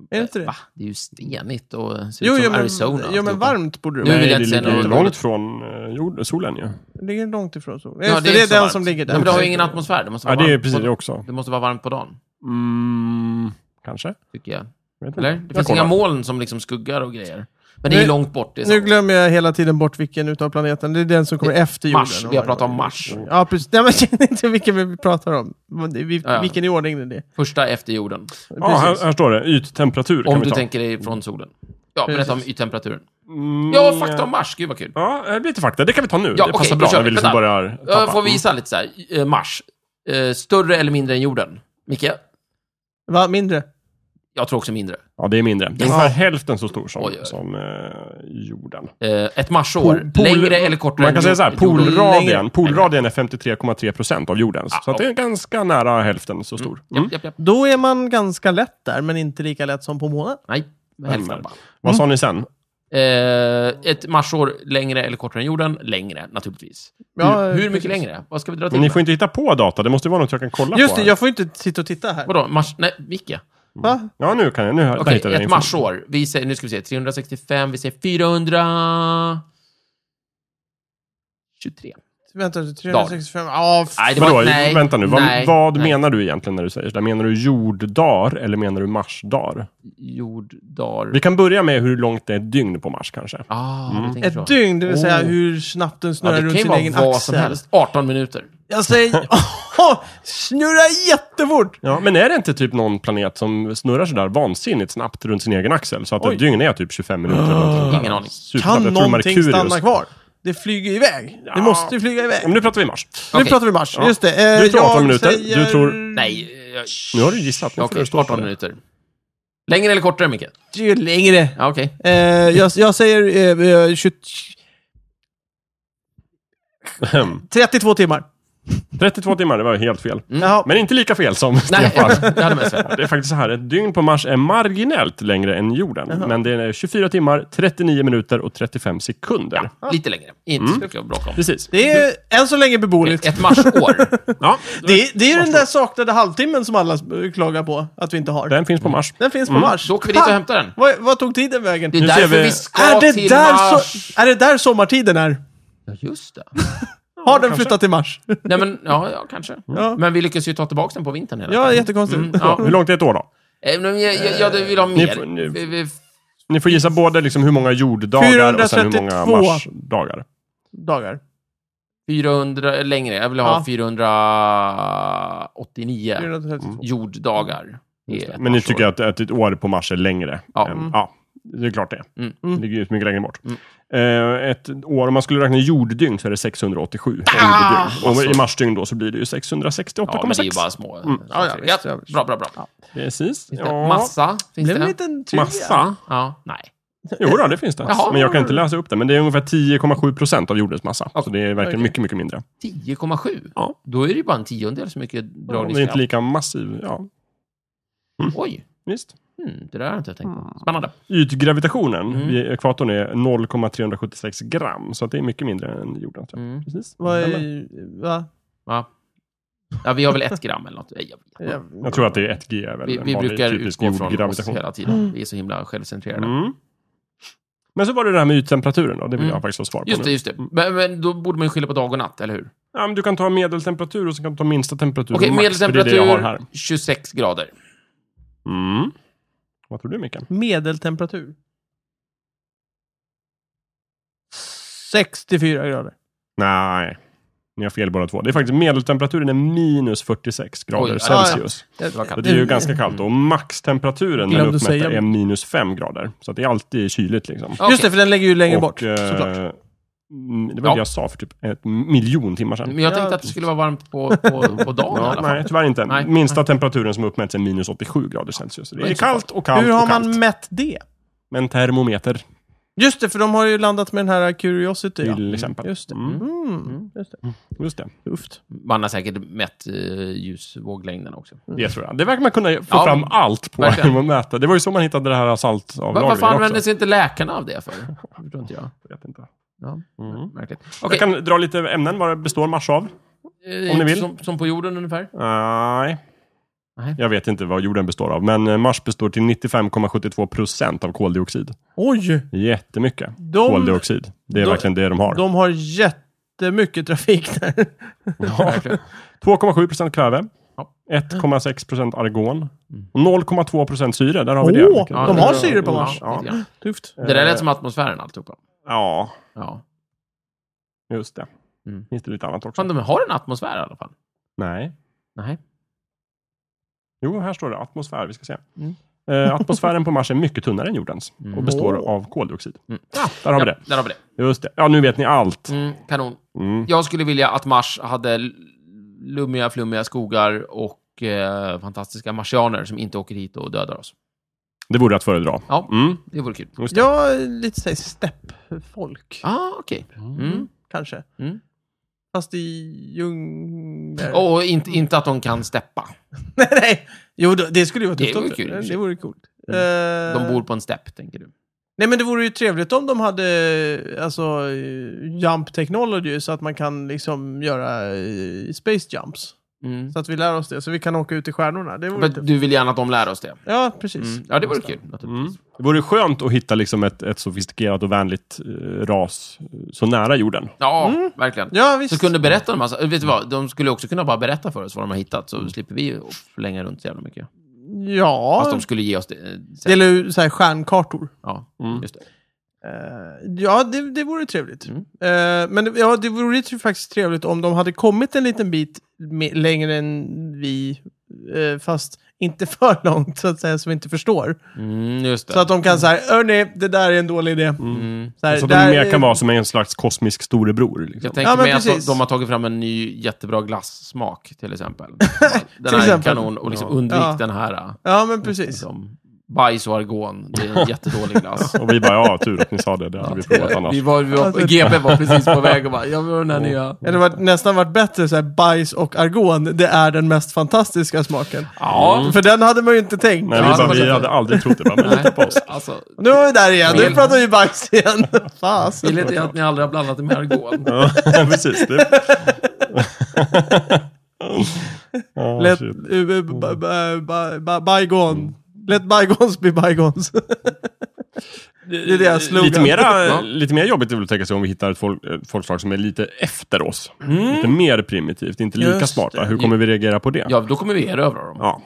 Är det inte det?
Va? Det är ju stenigt och ser
Jo,
ut som
jo, men,
Arizona.
jo, men
alltihopa.
varmt borde det
Nu
vara.
vill
Nej,
jag
det
inte säga
ligger
något.
långt från eh, jord, solen ju.
Det ligger långt ifrån solen.
Ja,
Just det, det är
inte så
den
varmt.
som ligger där.
Ja, men det har ju ingen atmosfär. Det måste
Ja,
vara
det är ju
varmt
precis
på,
det också.
det måste vara varmt på dagen,
Mm, kanske.
tycker jag.
Vet inte.
Eller?
Mm. Jag
Det finns
kollar.
inga moln som liksom skuggar och grejer. Men det är
Nu-
ju långt bort. Det är
Nu
sant.
glömmer jag hela tiden bort vilken utav planeten. Det är den som kommer efter jorden.
Mars. Vi har pratat om Mars.
Ja, precis. Nej, men jag känner inte vilken vi pratar om. Men det- vi-
Ja, ja.
Vilken i ordningen det är.
Första efter jorden.
Ja, här,
Precis.
här står det. Yttemperatur kan
Om
vi
du
ta.
tänker dig från solen. Ja, berätta om
Precis.
yttemperaturen.
Mm,
Ja, fakta om Mars. Gud vad kul.
Ja, eh, lite fakta. Det kan vi ta nu.
Ja,
det
okej,
passar
då
bra
kör
när
vi.
vi liksom
Vänta.
börjar tappa.
Jag får visa lite så här. Eh, Mars. Eh, Större eller mindre än jorden? Micke?
Va, mindre?
Jag tror också mindre.
Ja, det är mindre. Den är ungefär hälften så stor som,
Oj, oj.
som eh, jorden.
Eh, Ett Marsår.
Pol- pol-
längre eller kortare
Man kan
än
säga så här,
jorden? Jorden-
polradien,
längre.
polradien är 53,3 procent av jordens.
Ah,
så att det är ganska nära hälften så stor. Mm.
Japp, japp, japp.
Då är man ganska lätt där, men inte lika lätt som på månen.
Nej, hälften bara.
Vad sa ni sen?
Eh, ett marsår längre eller kortare än jorden? Längre, naturligtvis.
Ja,
hur, hur
precis.
mycket längre? Vad ska vi dra till
Men ni
med?
får inte hitta på data. Det måste ju vara något jag kan kolla
Mm. Just
på.
det,
här.
jag får inte sitta och titta här.
Vadå? Mars... Nej, vilka?
Va?
Ja, nu kan jag. Nu har
Okej,
hittade jag
ett
info.
marsår. Vi säger, nu ska vi se, 365, vi säger 400... 23.
Vänta, 365... Ja, f-
Nej, det
Vadå,
var, nej,
vänta nu. Vad,
nej,
vad
nej.
menar du egentligen när du säger sådär? Menar du jorddagar eller menar du marsdagar?
Jorddagar.
Vi Mm. kan börja med hur långt det är ett dygn på Mars kanske.
Ah, du tänker så.
ett dygn, det vill säga
Oh.
hur snabbt den
Ja,
snurrar
det kan
runt
ju
sin
vara
egen
vad
axel.
som helst. 18 minuter.
Jag säger... Åh, snurra jättefort!
Ja, men är det inte typ någon planet som snurrar sådär vansinnigt snabbt runt sin egen axel? Så att
Oj.
ett dygn är typ 25 minuter. eller något sånt där.
Ingen aning.
Supersnabbt.
Kan
Jag tror
någonting
Merkurius-
stanna kvar? Det flyger iväg. Det
Ja.
måste ju flyga iväg.
Ja, men nu pratar vi Mars.
Nu
Okej.
pratar vi mars,
Ja.
just det. Eh,
Du tror 18
jag
minuter. Du
säger-
tror-
Nej, jag...
Nu har du gissat. Nu får
Okej,
du stå för
18
det.
minuter. Längre eller kortare, Micke?
Ju längre.
Ja, okej.
Eh, jag, jag säger eh, eh, 20, 32 timmar.
32 timmar, det var helt fel.
Mm.
Jaha.
Men inte lika fel som
Nej,
Stefan.
jag hade mest fel.
Det är faktiskt så här, ett dygn på Mars är marginellt längre än jorden. Men det är 24 timmar, 39 minuter och 35 sekunder.
Lite längre.
Mm.
Inte så mycket att bråka om.
Precis.
Det är än så länge beboeligt.
Ett marsår.
Ja,
Det, det är den där saknade halvtimmen som alla eh, klagar på att vi inte har. Den,
den finns på Mars.
finns på Mars.
Då åker vi dit och
Fan,
hämtar den.
Vad, vad tog tiden vägen?
Det är
Mm. Nu ser
därför
vi-
vi ska
är, det
till
där
Mars.
so- är det där sommartiden är?
Ja, just det.
Har den flyttat till Mars?
Nej, men ja, ja kanske.
Ja.
Men vi lyckas ju ta tillbaka den på vintern hela
Mm. Ja,
tiden. Mm,
jättekonstigt.
ja.
Hur långt är ett år då?
Eh, men Jag, jag, jag vill ha
Ni
mer.
får- ni-
Vi- vi-
Ni får gissa både liksom hur många jorddagar och sen hur många
432.
Marsdagar.
Dagar.
400 längre. Jag vill ha
Ja.
489 Mm.
432.
jorddagar. i ett
Men ni
marsår.
tycker att, att ett år på Mars är längre?
Ja.
Än, ja det är klart det.
Mm.
Det ligger ju mycket längre bort. Eh, ett år, om man skulle räkna jorddygn så är det
Ah,
687 jorddygn. Och i marsdygn då så blir det ju 668,6.
Ja, men det är ju bara små.
Mm.
Ja, ja, visst,
ja,
ja,
bra, bra, bra.
Precis.
Finns det
Ja.
massa? Finns
Blev
det?
en liten trivia.
Massa?
Ja, nej.
Jo, då, det finns det.
Jaha.
Men jag kan inte läsa upp det. Men det är ungefär 10,7 procent av jordens massa. Så det är verkligen
Okej.
mycket, mycket mindre.
10,7?
Ja.
Då är det ju bara en tiondel så mycket
Ja, det är inte
dragningskraft.
lika massiv. Ja,
Oj,
visst.
hmm, det där har jag inte tänkt
Mm.
på. Spännande.
Ytgravitationen
Mm.
vid ekvatorn är 0,376 gram. Så att det är mycket mindre än jorden. tror jag.
Mm.
Precis.
Vad
Stämmer.
är... Va?
Ja. ja, vi har väl ett gram eller något. Nej, jag vet.
Ja.
Jag tror att det är 1G. Är väl
Vi,
en
vi
vanlig
brukar
typisk
utgå från oss
jordgravitation.
hela tiden. Vi är så himla självcentrerade.
Mm. Men så var det det här med yttemperaturen då. Det vill
Mm.
jag faktiskt ha svar på
Just det,
nu.
just det. Men, men då borde man ju skilja på dag och natt, eller hur?
Ja, men du kan ta medeltemperatur och sen kan du ta minsta temperatur.
Okej,
och max, för
medeltemperatur
Det är det jag har här.
26 grader.
Mm. Vad tror du, Mikael?
Medeltemperatur. 64 grader.
Nej. Ni har fel båda två. Det är faktiskt medeltemperaturen är minus 46 grader
Oj, ja, Mm.
Celsius.
Det var
Så
kallt.
det är ju ganska kallt. Och maxtemperaturen när den
Glömde
uppmätta
säga.
är minus 5 grader. Så att det är alltid kyligt liksom.
Okej.
Just det, för den lägger ju längre bort,
eh,
såklart.
mm, Det var
Ja.
det jag sa för typ ett miljon timmar sedan.
Men jag tänkte att det skulle vara varmt på, på, på dagen i
Ja,
alla fall.
nej, tyvärr inte.
Nej.
Minsta temperaturen som uppmätts är minus 87 grader Celsius. Det är
inte så
kallt och kallt
Hur har
och kallt.
man mätt det?
Med en termometer,
Just det, för de har ju landat med den här Curiosity. Ja.
till exempel.
Just det.
Mm,
Mm. Just det.
just det.
Tufft.
Man har säkert mätt eh, ljusvåglängden också.
Det tror jag. Det verkar man kunna få
Ja,
fram allt på.
verkligen.
Hur man mäter. Det var ju så man hittade det här
Va-
saltavlagringen
Varför använder
också.
sig inte läkarna av det för? Det förstår inte jag.
Jag vet inte.
Ja, märkligt.
Mm. Jag
Okej,
kan dra lite ämnen, vad det består Mars av.
eh,
om ni vill.
Som, som på jorden ungefär?
Nej.
Nej.
Jag vet inte vad jorden består av, men eh, Mars består till 95,72 procent av koldioxid.
Oj!
Jättemycket
De-
koldioxid. Det är
de-
verkligen det de har.
De har jättemycket trafik där.
Ja.
Verkligen.
2,7 procent kväve.
Ja. Mm.
1,6 procent argon. Och 0,2 procent syre. Där har vi det.
Åh,
Vilket-
de har syre på
ja,
Mars.
lite grann.
Tufft.
Det
Eh.
där lät som atmosfären alltihopa.
Ja,
Ja.
just det.
Mm.
Finns det lite annat också?
Fan, de har en atmosfär i alla fall.
Nej.
Nej.
Jo, här står det atmosfär. Vi ska se.
Mm.
Eh, atmosfären på Mars är mycket tunnare än jordens och består
Åh.
av koldioxid.
Mm.
Ja, där har vi det.
Ja, där har vi det.
Just det. Ja, nu vet ni allt.
Mm, kanon.
Mm.
Jag skulle vilja att Mars hade l- lummiga, flummiga skogar och eh, fantastiska marsianer som inte åker hit och dödar oss.
Det vore att föredra.
Ja,
Mm.
det vore kul.
Just det.
Ja, lite såhär steppfolk,
Ah, okej. Mm.
kanske.
Mm.
Fast i djungler.
Och inte, inte att de kan steppa.
Nej, nej! Jo, då- det skulle ju vara
Det
tufft
vore
också.
kul i och för sig. Mm.
Det vore coolt.
De
Eh,
bor på en stepp, tänker du.
Nej, men det vore ju trevligt om de hade alltså, eh, jump technology så att man kan liksom göra eh, space jumps.
Mm.
Så att vi lär oss det, så vi kan åka ut i stjärnorna. Det vore
Men
tufft.
du vill gärna att de lär oss det?
Ja, precis.
Mm. Ja, det vore kul.
Mm.
Naturligtvis.
Det vore skönt att hitta liksom ett, ett sofistikerat och vänligt eh, ras eh, så nära jorden.
Ja,
Mm.
verkligen.
Ja, visst.
Så kunde berätta en massa. Vet du vad? De skulle också kunna bara berätta för oss vad de har hittat, så slipper vi flänga runt så jävla mycket. Fast
Ja,
de skulle ge oss det. eh, sen.
det Mm. är ju så här stjärnkartor.
Ja, just det.
Eh, ja, det, det vore trevligt.
Mm.
Eh, men det, ja, det vore ju faktiskt trevligt om de hade kommit en liten bit me- längre än vi, eh, fast inte för långt, så att säga, som vi inte förstår.
Mm, just det.
Så att de kan säga, hörni, det där är en dålig idé.
mm.
Så, här,
Så att de
"Där
mer
är-
kan vara som en slags kosmisk storebror. Liksom.
Jag tänker
Ja, men
mig att de,
precis.
de har tagit fram en ny jättebra glassmak, till exempel. Den här är
exempel.
kanon, och liksom undvik
Ja.
den här.
Ja, men precis.
Liksom, bajs och argon, det är en jättedålig glass.
Och vi bara, ja, tur att ni sa det. Det hade vi provat annars.
Vi var, vi var,
Alltså-
GB var precis på väg och bara, jag vill ha den här nya.
Mm.
Eller varit, nästan varit bättre, så här, bajs och argon, det är den mest fantastiska smaken.
Ja,
Mm.
För den hade man ju inte tänkt.
Nej, vi,
Ja, det
bara,
var
vi
så-
hade aldrig trott det. Bara, men lita på oss.
Alltså,
Nu är vi där igen,
Ja.
nu pratar vi bajs igen. Fasen.
Vill inte att ni aldrig har blandat det med argon.
Ja, precis. Det... Ja,
Let
shit. Mm.
uh, b- b- b- b- bygone. Let bygones be bygones. det är deras slogan.
Lite,
Ja.
mera, lite mer jobbigt är väl att tänka sig om vi hittar ett, folk, ett folkslag som är lite efter oss. Lite mer primitivt, inte lika
Just
smarta.
det.
Hur kommer vi reagera på Mm. det?
Ja, då kommer vi erövra dem.
Ja,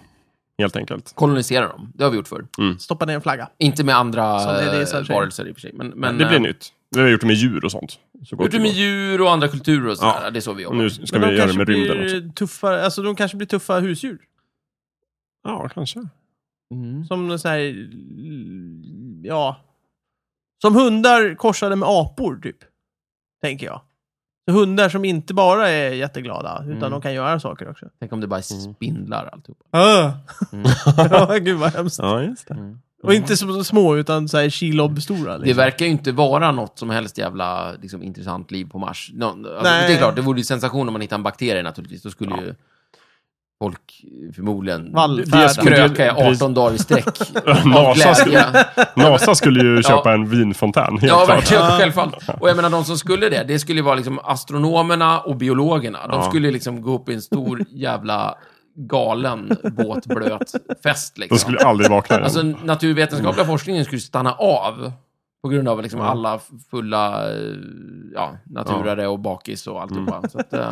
helt enkelt.
Kolonisera dem. Det har vi gjort förr.
Stoppa ner en flagga.
Inte med andra
Som det är det i sig.
eh, varelser i och för sig. Men, men,
det blir
eh,
nytt. Vi har gjort det med djur och sånt. Så gott
Gjort det med
går.
djur och andra kulturer och sådär.
Ja.
Det är så vi
Och
jobbar.
nu ska vi göra det med rymden också.
blir tuffa, alltså de kanske blir tuffa husdjur.
Ja, kanske.
Mm.
Som så här, ja. Som hundar korsade med apor, typ. Tänker jag. Så hundar som inte bara är jätteglada, utan
Mm.
de kan göra saker också.
Tänk om det bara är spindlar alltihopa.
Ah.
Mm.
ja, gud vad hemskt.
Ja, just det.
Och inte så små, utan så här kilob-stora.
Det
Liksom.
verkar ju inte vara något som helst jävla liksom, intressant liv på Mars. Nå- alltså,
Nej.
Det är klart, det vore ju sensation om man hittade en bakterie naturligtvis. Då skulle ju folk eh, förmodligen
Vallfärden.
Det skulle-
kröka i 18
Precis.
dagar i sträck. av
NASA skulle,
glädje.
NASA skulle ju köpa en vinfontän, helt
Ja,
klart.
verkligen. Självfallet. Och jag menar, de som skulle det, det skulle ju vara liksom astronomerna och biologerna. De
Ja.
skulle liksom gå upp i en stor jävla galen båtblöt fest
De
liksom.
skulle aldrig vakna igen.
Alltså naturvetenskapliga forskningen skulle stanna av på grund av liksom alla fulla eh, ja, naturare och bakis och alltihopa. Så att, eh,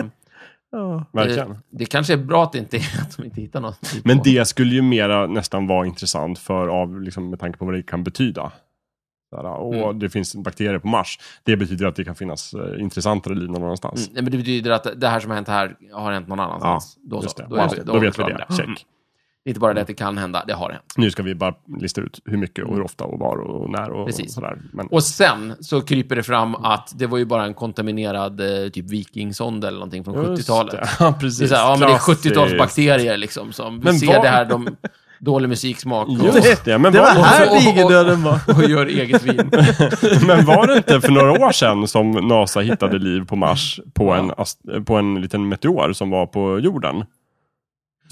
Ja.
Mm. Verkligen.
det, det kanske är bra att, det inte, att de inte hittar något. typ
Men
av-
det skulle ju mera nästan vara intressant för av, liksom, med tanke på vad det kan betyda. Där, och det finns bakterier på Mars. Det betyder att det kan finnas eh, intressantare liv någon annanstans.
Nej, men det betyder att det här som har hänt här har hänt någon annanstans. då,
Just
så.
det.
Då,
Wow.
är
Just det. Då vet vi
förklarar vi
det. Check.
Det är inte bara det att det kan hända, det har hänt.
Nu ska vi bara lista ut hur mycket och hur ofta och var och när och
Precis.
sådär. Men,
Och sen så kryper det fram att det var ju bara en kontaminerad eh, typ vikingsond eller någonting från
Just
70-talet.
det. Ja, precis.
Det är, så här, ja, men det är
Klassiskt.
70-talsbakterier liksom som
Men
ser
vad-
det här, de dålig musiksmak och,
Just det, men
det var
vad-
här digerdöden var.
och gör eget vin.
Men var det inte för några år sedan som NASA hittade liv på Mars på en, ast- på en liten meteor som var på jorden?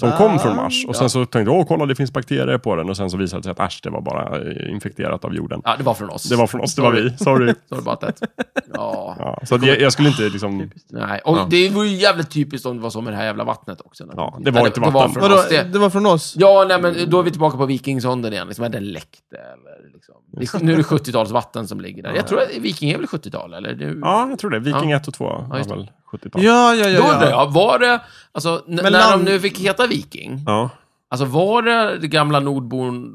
Som kom från Mars. Och sen så tänkte jag, åh kolla det finns bakterier på den. Och sen så visade det sig att äsch, det var bara eh, infekterat av jorden.
Ja, det var från oss.
Det var från oss, det var vi. Sorry.
Så var det bara att ett. Ja.
Ja, så att jag, jag skulle inte liksom...
Nej, och
Ja.
det vore ju jävligt typiskt om det var så med det här jävla vattnet också. naturligtvis.
det var
Nej,
inte
Det var
vatten.
från
Vadå,
oss. Det,
det var från oss?
ja, nej, men då är vi tillbaka på vikingsonden igen. Liksom, ja, den läckte. Eller, liksom. det, nu är det 70-talsvatten som ligger där. Jag tror att viking är väl 70-tal, eller? Det,
Ja, jag tror det. Viking
Ja.
1 och 2 var
just det.
väl 70-tal.
Ja, ja,
Då
ja.
undrar
ja.
jag, var det... Alltså, n- när
land-
de nu fick heta viking,
Ja.
alltså var det det gamla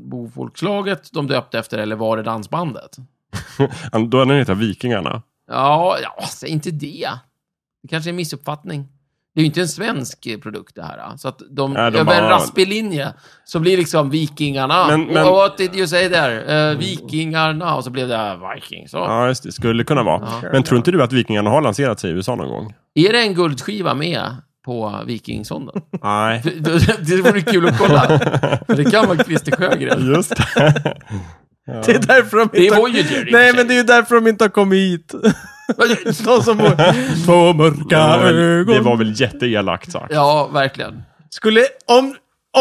nordbofolkslaget de döpte efter, eller var det dansbandet?
Ja, Då hade den hetat Vikingarna.
Ja, ja, säg inte det. Det kanske är en missuppfattning. Det är ju inte en svensk eh, produkt det här. Så att de,
Nej, de
över en
har-
raspig linje så blir liksom vikingarna.
Men- men-
What did you say there? Eh, vikingarna. Och så blev det här vikings. Så.
Ja, just det. Skulle kunna vara.
Ja.
Men tror inte du att Vikingarna har lanserat sig i USA någon gång?
Är det en guldskiva med på vikingsonden?
Nej.
För- det- det vore kul att kolla. För det kan vara Christer Sjögren.
Just det.
Det är därför de
Det
inte har...
är Voyager i och för
Nej,
sig.
men det är ju därför de inte har kommit hit. De som bor... Två mörka
Det var väl, det
ögon.
var väl jätteelakt sagt.
Ja, verkligen.
Skulle... Om,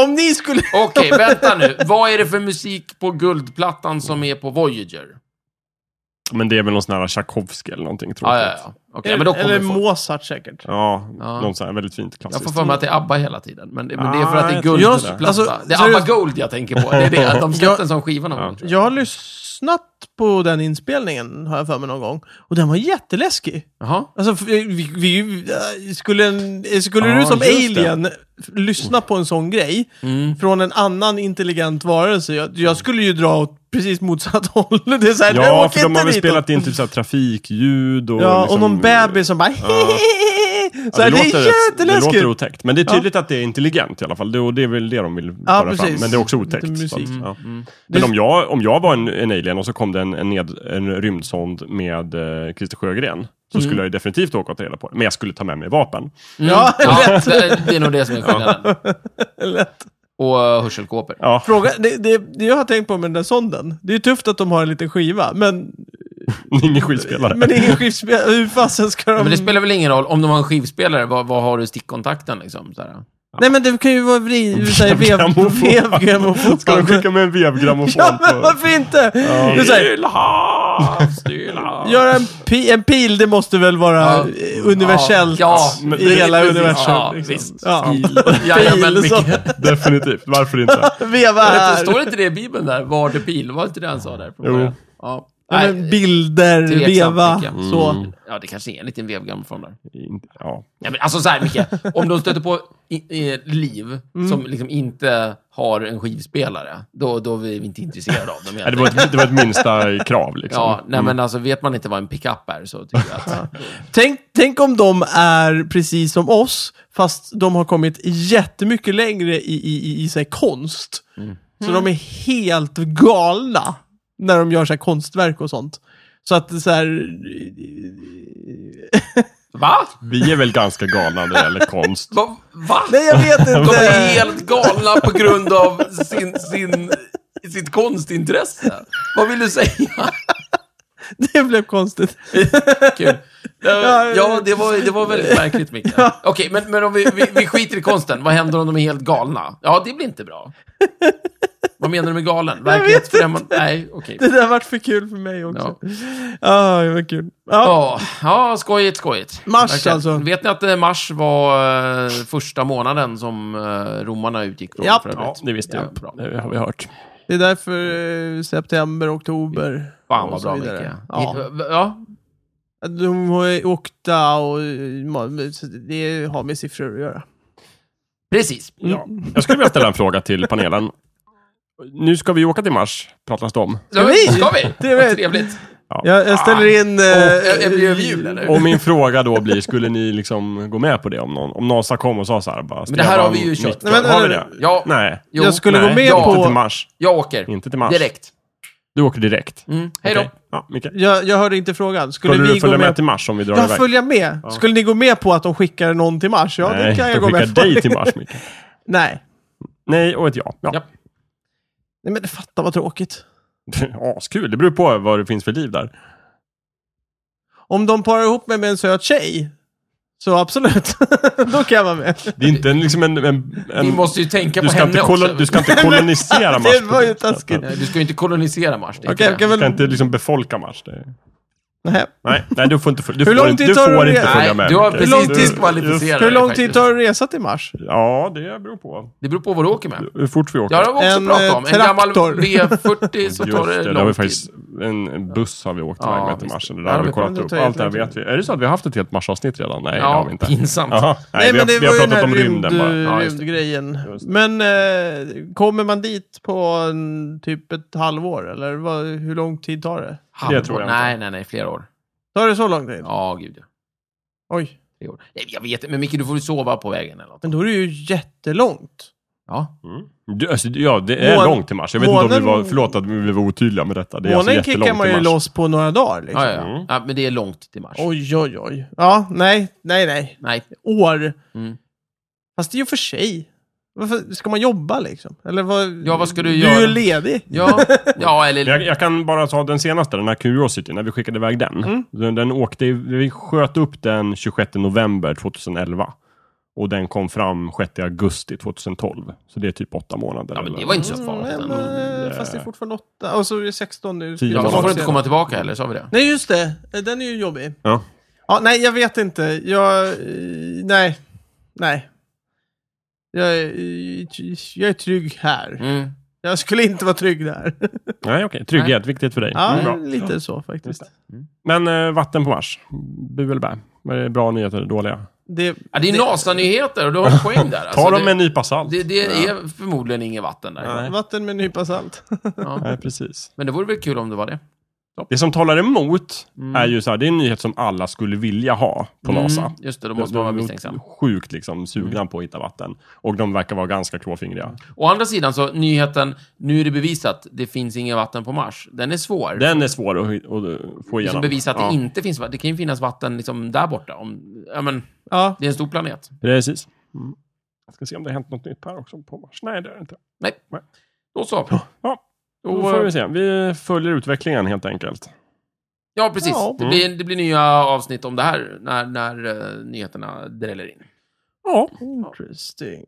om ni skulle...
Okej, vänta nu. Vad är det för musik på guldplattan som är på Voyager?
Men det är väl någon sån här Tchaikovsky eller någonting tråkigt.
Ja, ja, ja. Okej, men då kommer
Eller
vi få...
Mozart säkert.
Ja,
Ja.
någon sån här väldigt fint
Jag
klassiskt.
får för mig att det är ABBA hela tiden. Men det, men det är för att det
Ah,
jag-
är guldplatta.
alltså,
det är ABBA
seriöst.
Gold jag tänker på. Det är det, att de släppte en sån skiva någon
Ja.
gång. tror jag.
Jag har lyssnat på den inspelningen, har jag för mig någon gång. Och den var jätteläskig.
Jaha.
Alltså, för- vi, vi, äh, skulle en, eh, skulle
Ja,
du som
just det. Mm.
alien f- lyssna på en sån grej från en annan intelligent varelse? Jag, jag skulle ju dra åt precis motsatt håll. Det är så här,
Ja,
åk
för de
inte
har väl
dit.
spelat in typ så här trafikljud och...
Ja,
liksom-
och någon bebis som bara
Ja,
Så här, det, är
Det
jätteläskigt!
låter otäckt. Men det är tydligt att det är intelligent i alla fall. Det, och det är väl det de vill
Ja,
föra fram.
precis.
Men det är också
Lite
otäckt. så
musik.
ja.
Mm,
Men om jag, om jag var en, en alien och så kom det en, en, ned, en rymdsond med eh, Christer Sjögren. Så
Mm.
skulle jag ju definitivt åka och ta reda på det. Men jag skulle ta med mig vapen.
Ja,
Mm. Ja, det, det är nog det som är skillnaden.
lätt.
Och eh, hörselkåpor.
Ja.
Fråga, det, det, det jag har tänkt på med den där sonden, det är ju tufft att de har en liten skiva, men,
Ingen skivspelare.
men ingen skivspelare. Hur fasen ska de...
Men det spelar väl ingen roll, om de har en skivspelare, vad, vad har du i stickkontakten liksom? Så här.
Nej men det kan ju vara vri... såhär, vev-
Grammofon.
Vevgrammofon.
Ska de skicka med en vevgrammofon?
Ja, men
på-
varför inte? Det är så här,
Stilla havs, stilla havs.
göra en, pi, en pil, det måste väl vara
Ja.
eh, universellt
Ja,
men-
i hela
precis,
universum.
Ja,
liksom.
visst.
Ja.
Jajamän,
Pil, så.
Micke.
Definitivt, varför inte?
Veva här.
Står inte det i Bibeln där? Var det pil? Var det inte det han sa där? från
Jo.
början? Ja.
Ja,
Nej,
men bilder,
Tveksamt,
veva,
Micke.
så.
Mm.
ja, det kanske är en liten vevgramofon där.
Inte- Ja.
Ja, men alltså så här, Micke. Om de stöter på i, i, liv som liksom inte har en skivspelare, då, då är vi inte intresserade av dem.
Nej, Det,
egentligen.
var ett, det var ett minsta krav liksom.
Ja, nej men alltså vet man inte vad en pickup är så tycker jag att...
Tänk, tänk om de är precis som oss, fast de har kommit jättemycket längre i, i, i, i så här, konst.
Mm.
Så de är helt galna när de gör så här, konstverk och sånt. Så att det är så här,
Va?
Vi är väl ganska galna när det gäller konst.
Va? Va?
Nej, jag vet
De är
inte.
helt galna på grund av sin, sin, sitt konstintresse. Vad vill du säga?
Det blev konstigt.
Kul. Eh, Ja, det var, det var väldigt märkligt, Micke. Okej, men, men om vi, vi, vi skiter i konsten. Vad händer om de är helt galna? Ja, det blir inte bra. Vad menar du med galen? Verklighetsfrämmande? Nej, okej.
Det där vart för kul för mig också. Ja, det var kul. Ja.
Ja, ja, skojigt, skojigt.
Mars,
Verkligen.
alltså.
Vet ni att eh, mars var eh, första månaden som eh, romarna utgick från?
Japp.
för övrigt?
Ja, det visste
Ja,
jag.
bra.
Det har vi hört.
Det är därför eh, september, oktober
Fan
och
vad
så
bra,
vidare.
Micke.
Ja.
Ja. ja.
De har ju okta och så det har med siffror att göra.
Precis.
Mm. Ja. Jag skulle vilja ställa en fråga till panelen. Nu ska vi åka till Mars, pratas det om.
Ska vi? Ska vi? Vad
Trevligt.
trevligt.
Ja.
Jag, jag ställer in... eh,
Jag, jag blir över jul, eller?
Och min fråga då blir, skulle ni liksom gå med på det om, någon, om NASA kom och sa så här bara...
Men det här
Stefan,
har vi ju
Micke,
kört.
Nej, men-
Har vi det?
Ja.
Nej.
Jo,
Jag skulle
Nej.
gå med
Ja.
Inte till
på...
Mars.
Jag åker.
Inte till Mars.
Direkt.
Du åker direkt.
Mm. Hej då.
Okej. Ja, Micke.
Jag, jag hörde inte frågan. Skulle vi
Skulle
gå
du följa
med,
med till Mars om vi drar
Ja,
iväg?
följa med. Skulle ni gå med på att de skickar någon till Mars? Ja,
Nej,
det kan jag
de
gå
skickar
med på.
dig till Mars, Micke.
Nej.
Nej och ett ja. ja.
Ja.
Nej, men fatta vad tråkigt.
Askul, det beror på vad det finns för liv där.
Om de parar ihop mig med en söt tjej, så absolut. Då kan jag vara med.
Det är inte en, liksom en... en, en
Vi måste ju tänka
du,
på
ska
henne
inte kolla,
också.
du ska inte kolonisera Mars.
Det var ju
på sätt.
taskigt.
Nej, Eh, du ska ju inte kolonisera Mars. det är
Okej,
inte
okej,
det.
Du ska
väl...
inte liksom befolka Mars. Det...
Nej.
Nej, nej, du får inte, följa- du
Hur
får,
lång
inte-
tid
du
tar det
får
att
inte
resa?
följa
Nej,
med.
du har
Micke.
precis
du-
diskvalificerat
Hur lång
faktiskt.
tid tar det att resa till Mars?
Ja, det beror på
Det beror på vad du åker med.
hur fort vi åker.
Det har de också
En, eh,
pratat om. En gammal
traktor.
V40 så
Just
tar det,
det, det har vi
lång
faktiskt,
tid.
en en buss har vi åkt
Ja,
iväg med till
visst.
Mars. Det där
Ja,
har vi
men
kollat
det
upp.
tar ju
Allt det här
lite
vet vi. Är det så att vi har haft ett helt Mars-avsnitt redan? Nej, det har
Ja,
vi inte.
pinsamt.
Jaha. Nej, vi har, vi har
ju den
pratat
här
om rymden bara.
Ja, just det.
rymdgrejen.
Just
Men eh, kommer man dit på en, typ ett halvår? Eller vad, hur lång tid tar det?
Halvår.
tror jag inte.
Nej, nej, nej. Flera år.
Tar det så lång tid?
Ja, gud ja.
Oj.
Tre år. Nej, jag vet inte. Men Micke, du får ju sova på vägen eller något.
Men då är det ju jättelångt.
Ja.
Mm. Du, alltså, ja, det är
Mån-
långt till Mars. Jag vet inte om
månen-
vi var, förlåt att vi var otydliga med detta. Det är
Månen
alltså
kickar
jättelångt
man ju
till Mars.
loss på några dagar. Liksom.
Ja, ja, ja.
Mm.
ja. Men det är långt till Mars.
Oj, oj, oj. Ja, nej, nej, nej.
Nej.
År.
Mm.
Fast det är ju för sig. Varför ska man jobba liksom? Eller vad?
Ja, vad ska du
du är
göra?
ju ledig.
Ja, ja eller...
Jag, jag kan bara ta den senaste, den här Curiosity, när vi skickade iväg den.
Mm.
Den, den åkte, vi sköt upp den 26 november 2011. Och den kom fram 6 augusti 2012. Så det är typ åtta månader.
Ja, men det
eller-
var inte så farligt
Mm, men,
ändå.
eh, fast det är fortfarande åtta. Och så är det 16 nu.
Tio
Ja,
Fyra
så får
dagar
du inte
senare.
komma tillbaka heller, sa vi det?
Nej, just det. Eh, Den är ju jobbig.
Ja.
Ja, nej, jag vet inte. Jag... eh, Nej. Nej. Jag, är- eh, jag är trygg här.
Mm.
Jag skulle inte vara trygg där.
Nej, okej. Trygghet, viktigt för dig.
Ja,
Mm, bra.
lite så faktiskt.
Men eh, vatten på Mars, bu eller bä? Vad Är det bra nyheter eller dåliga?
Det,
Ja, det är NASA-nyheter och du har en poäng där.
Ta dem
Alltså, det,
med en nypa salt.
det, det är förmodligen inget vatten där.
Nej.
Vatten med en nypa salt.
Ja.
Nej, precis.
Men det vore väl kul om det var det.
Det som talar emot är ju så här, det är en nyhet som alla skulle vilja ha på NASA.
Mm, just det, då måste man vara misstänksam. Mm.
Sjukt liksom sugna på att hitta vatten. Och de verkar vara ganska klåfingriga.
Å andra sidan så, nyheten, nu är det bevisat, det finns inget vatten på Mars. Den är svår.
Den är svår att, att få
Liksom
igenom.
bevisa att
ja,
det inte finns vatten. Det kan ju finnas vatten liksom där borta. Om, ja, men,
Ja.
det är en stor planet.
Precis. Mm. Jag ska se om det har hänt något nytt här också på Mars. Nej, det är det inte.
Nej.
Nej.
Då så.
Ja, då
Då-
får vi se. Vi följer utvecklingen helt enkelt.
Ja, precis.
Ja.
Det, blir, det blir nya avsnitt om det här när, när eh, nyheterna dräller in.
Ja.
Interesting.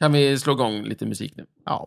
Kan vi slå igång lite musik nu?
Ja.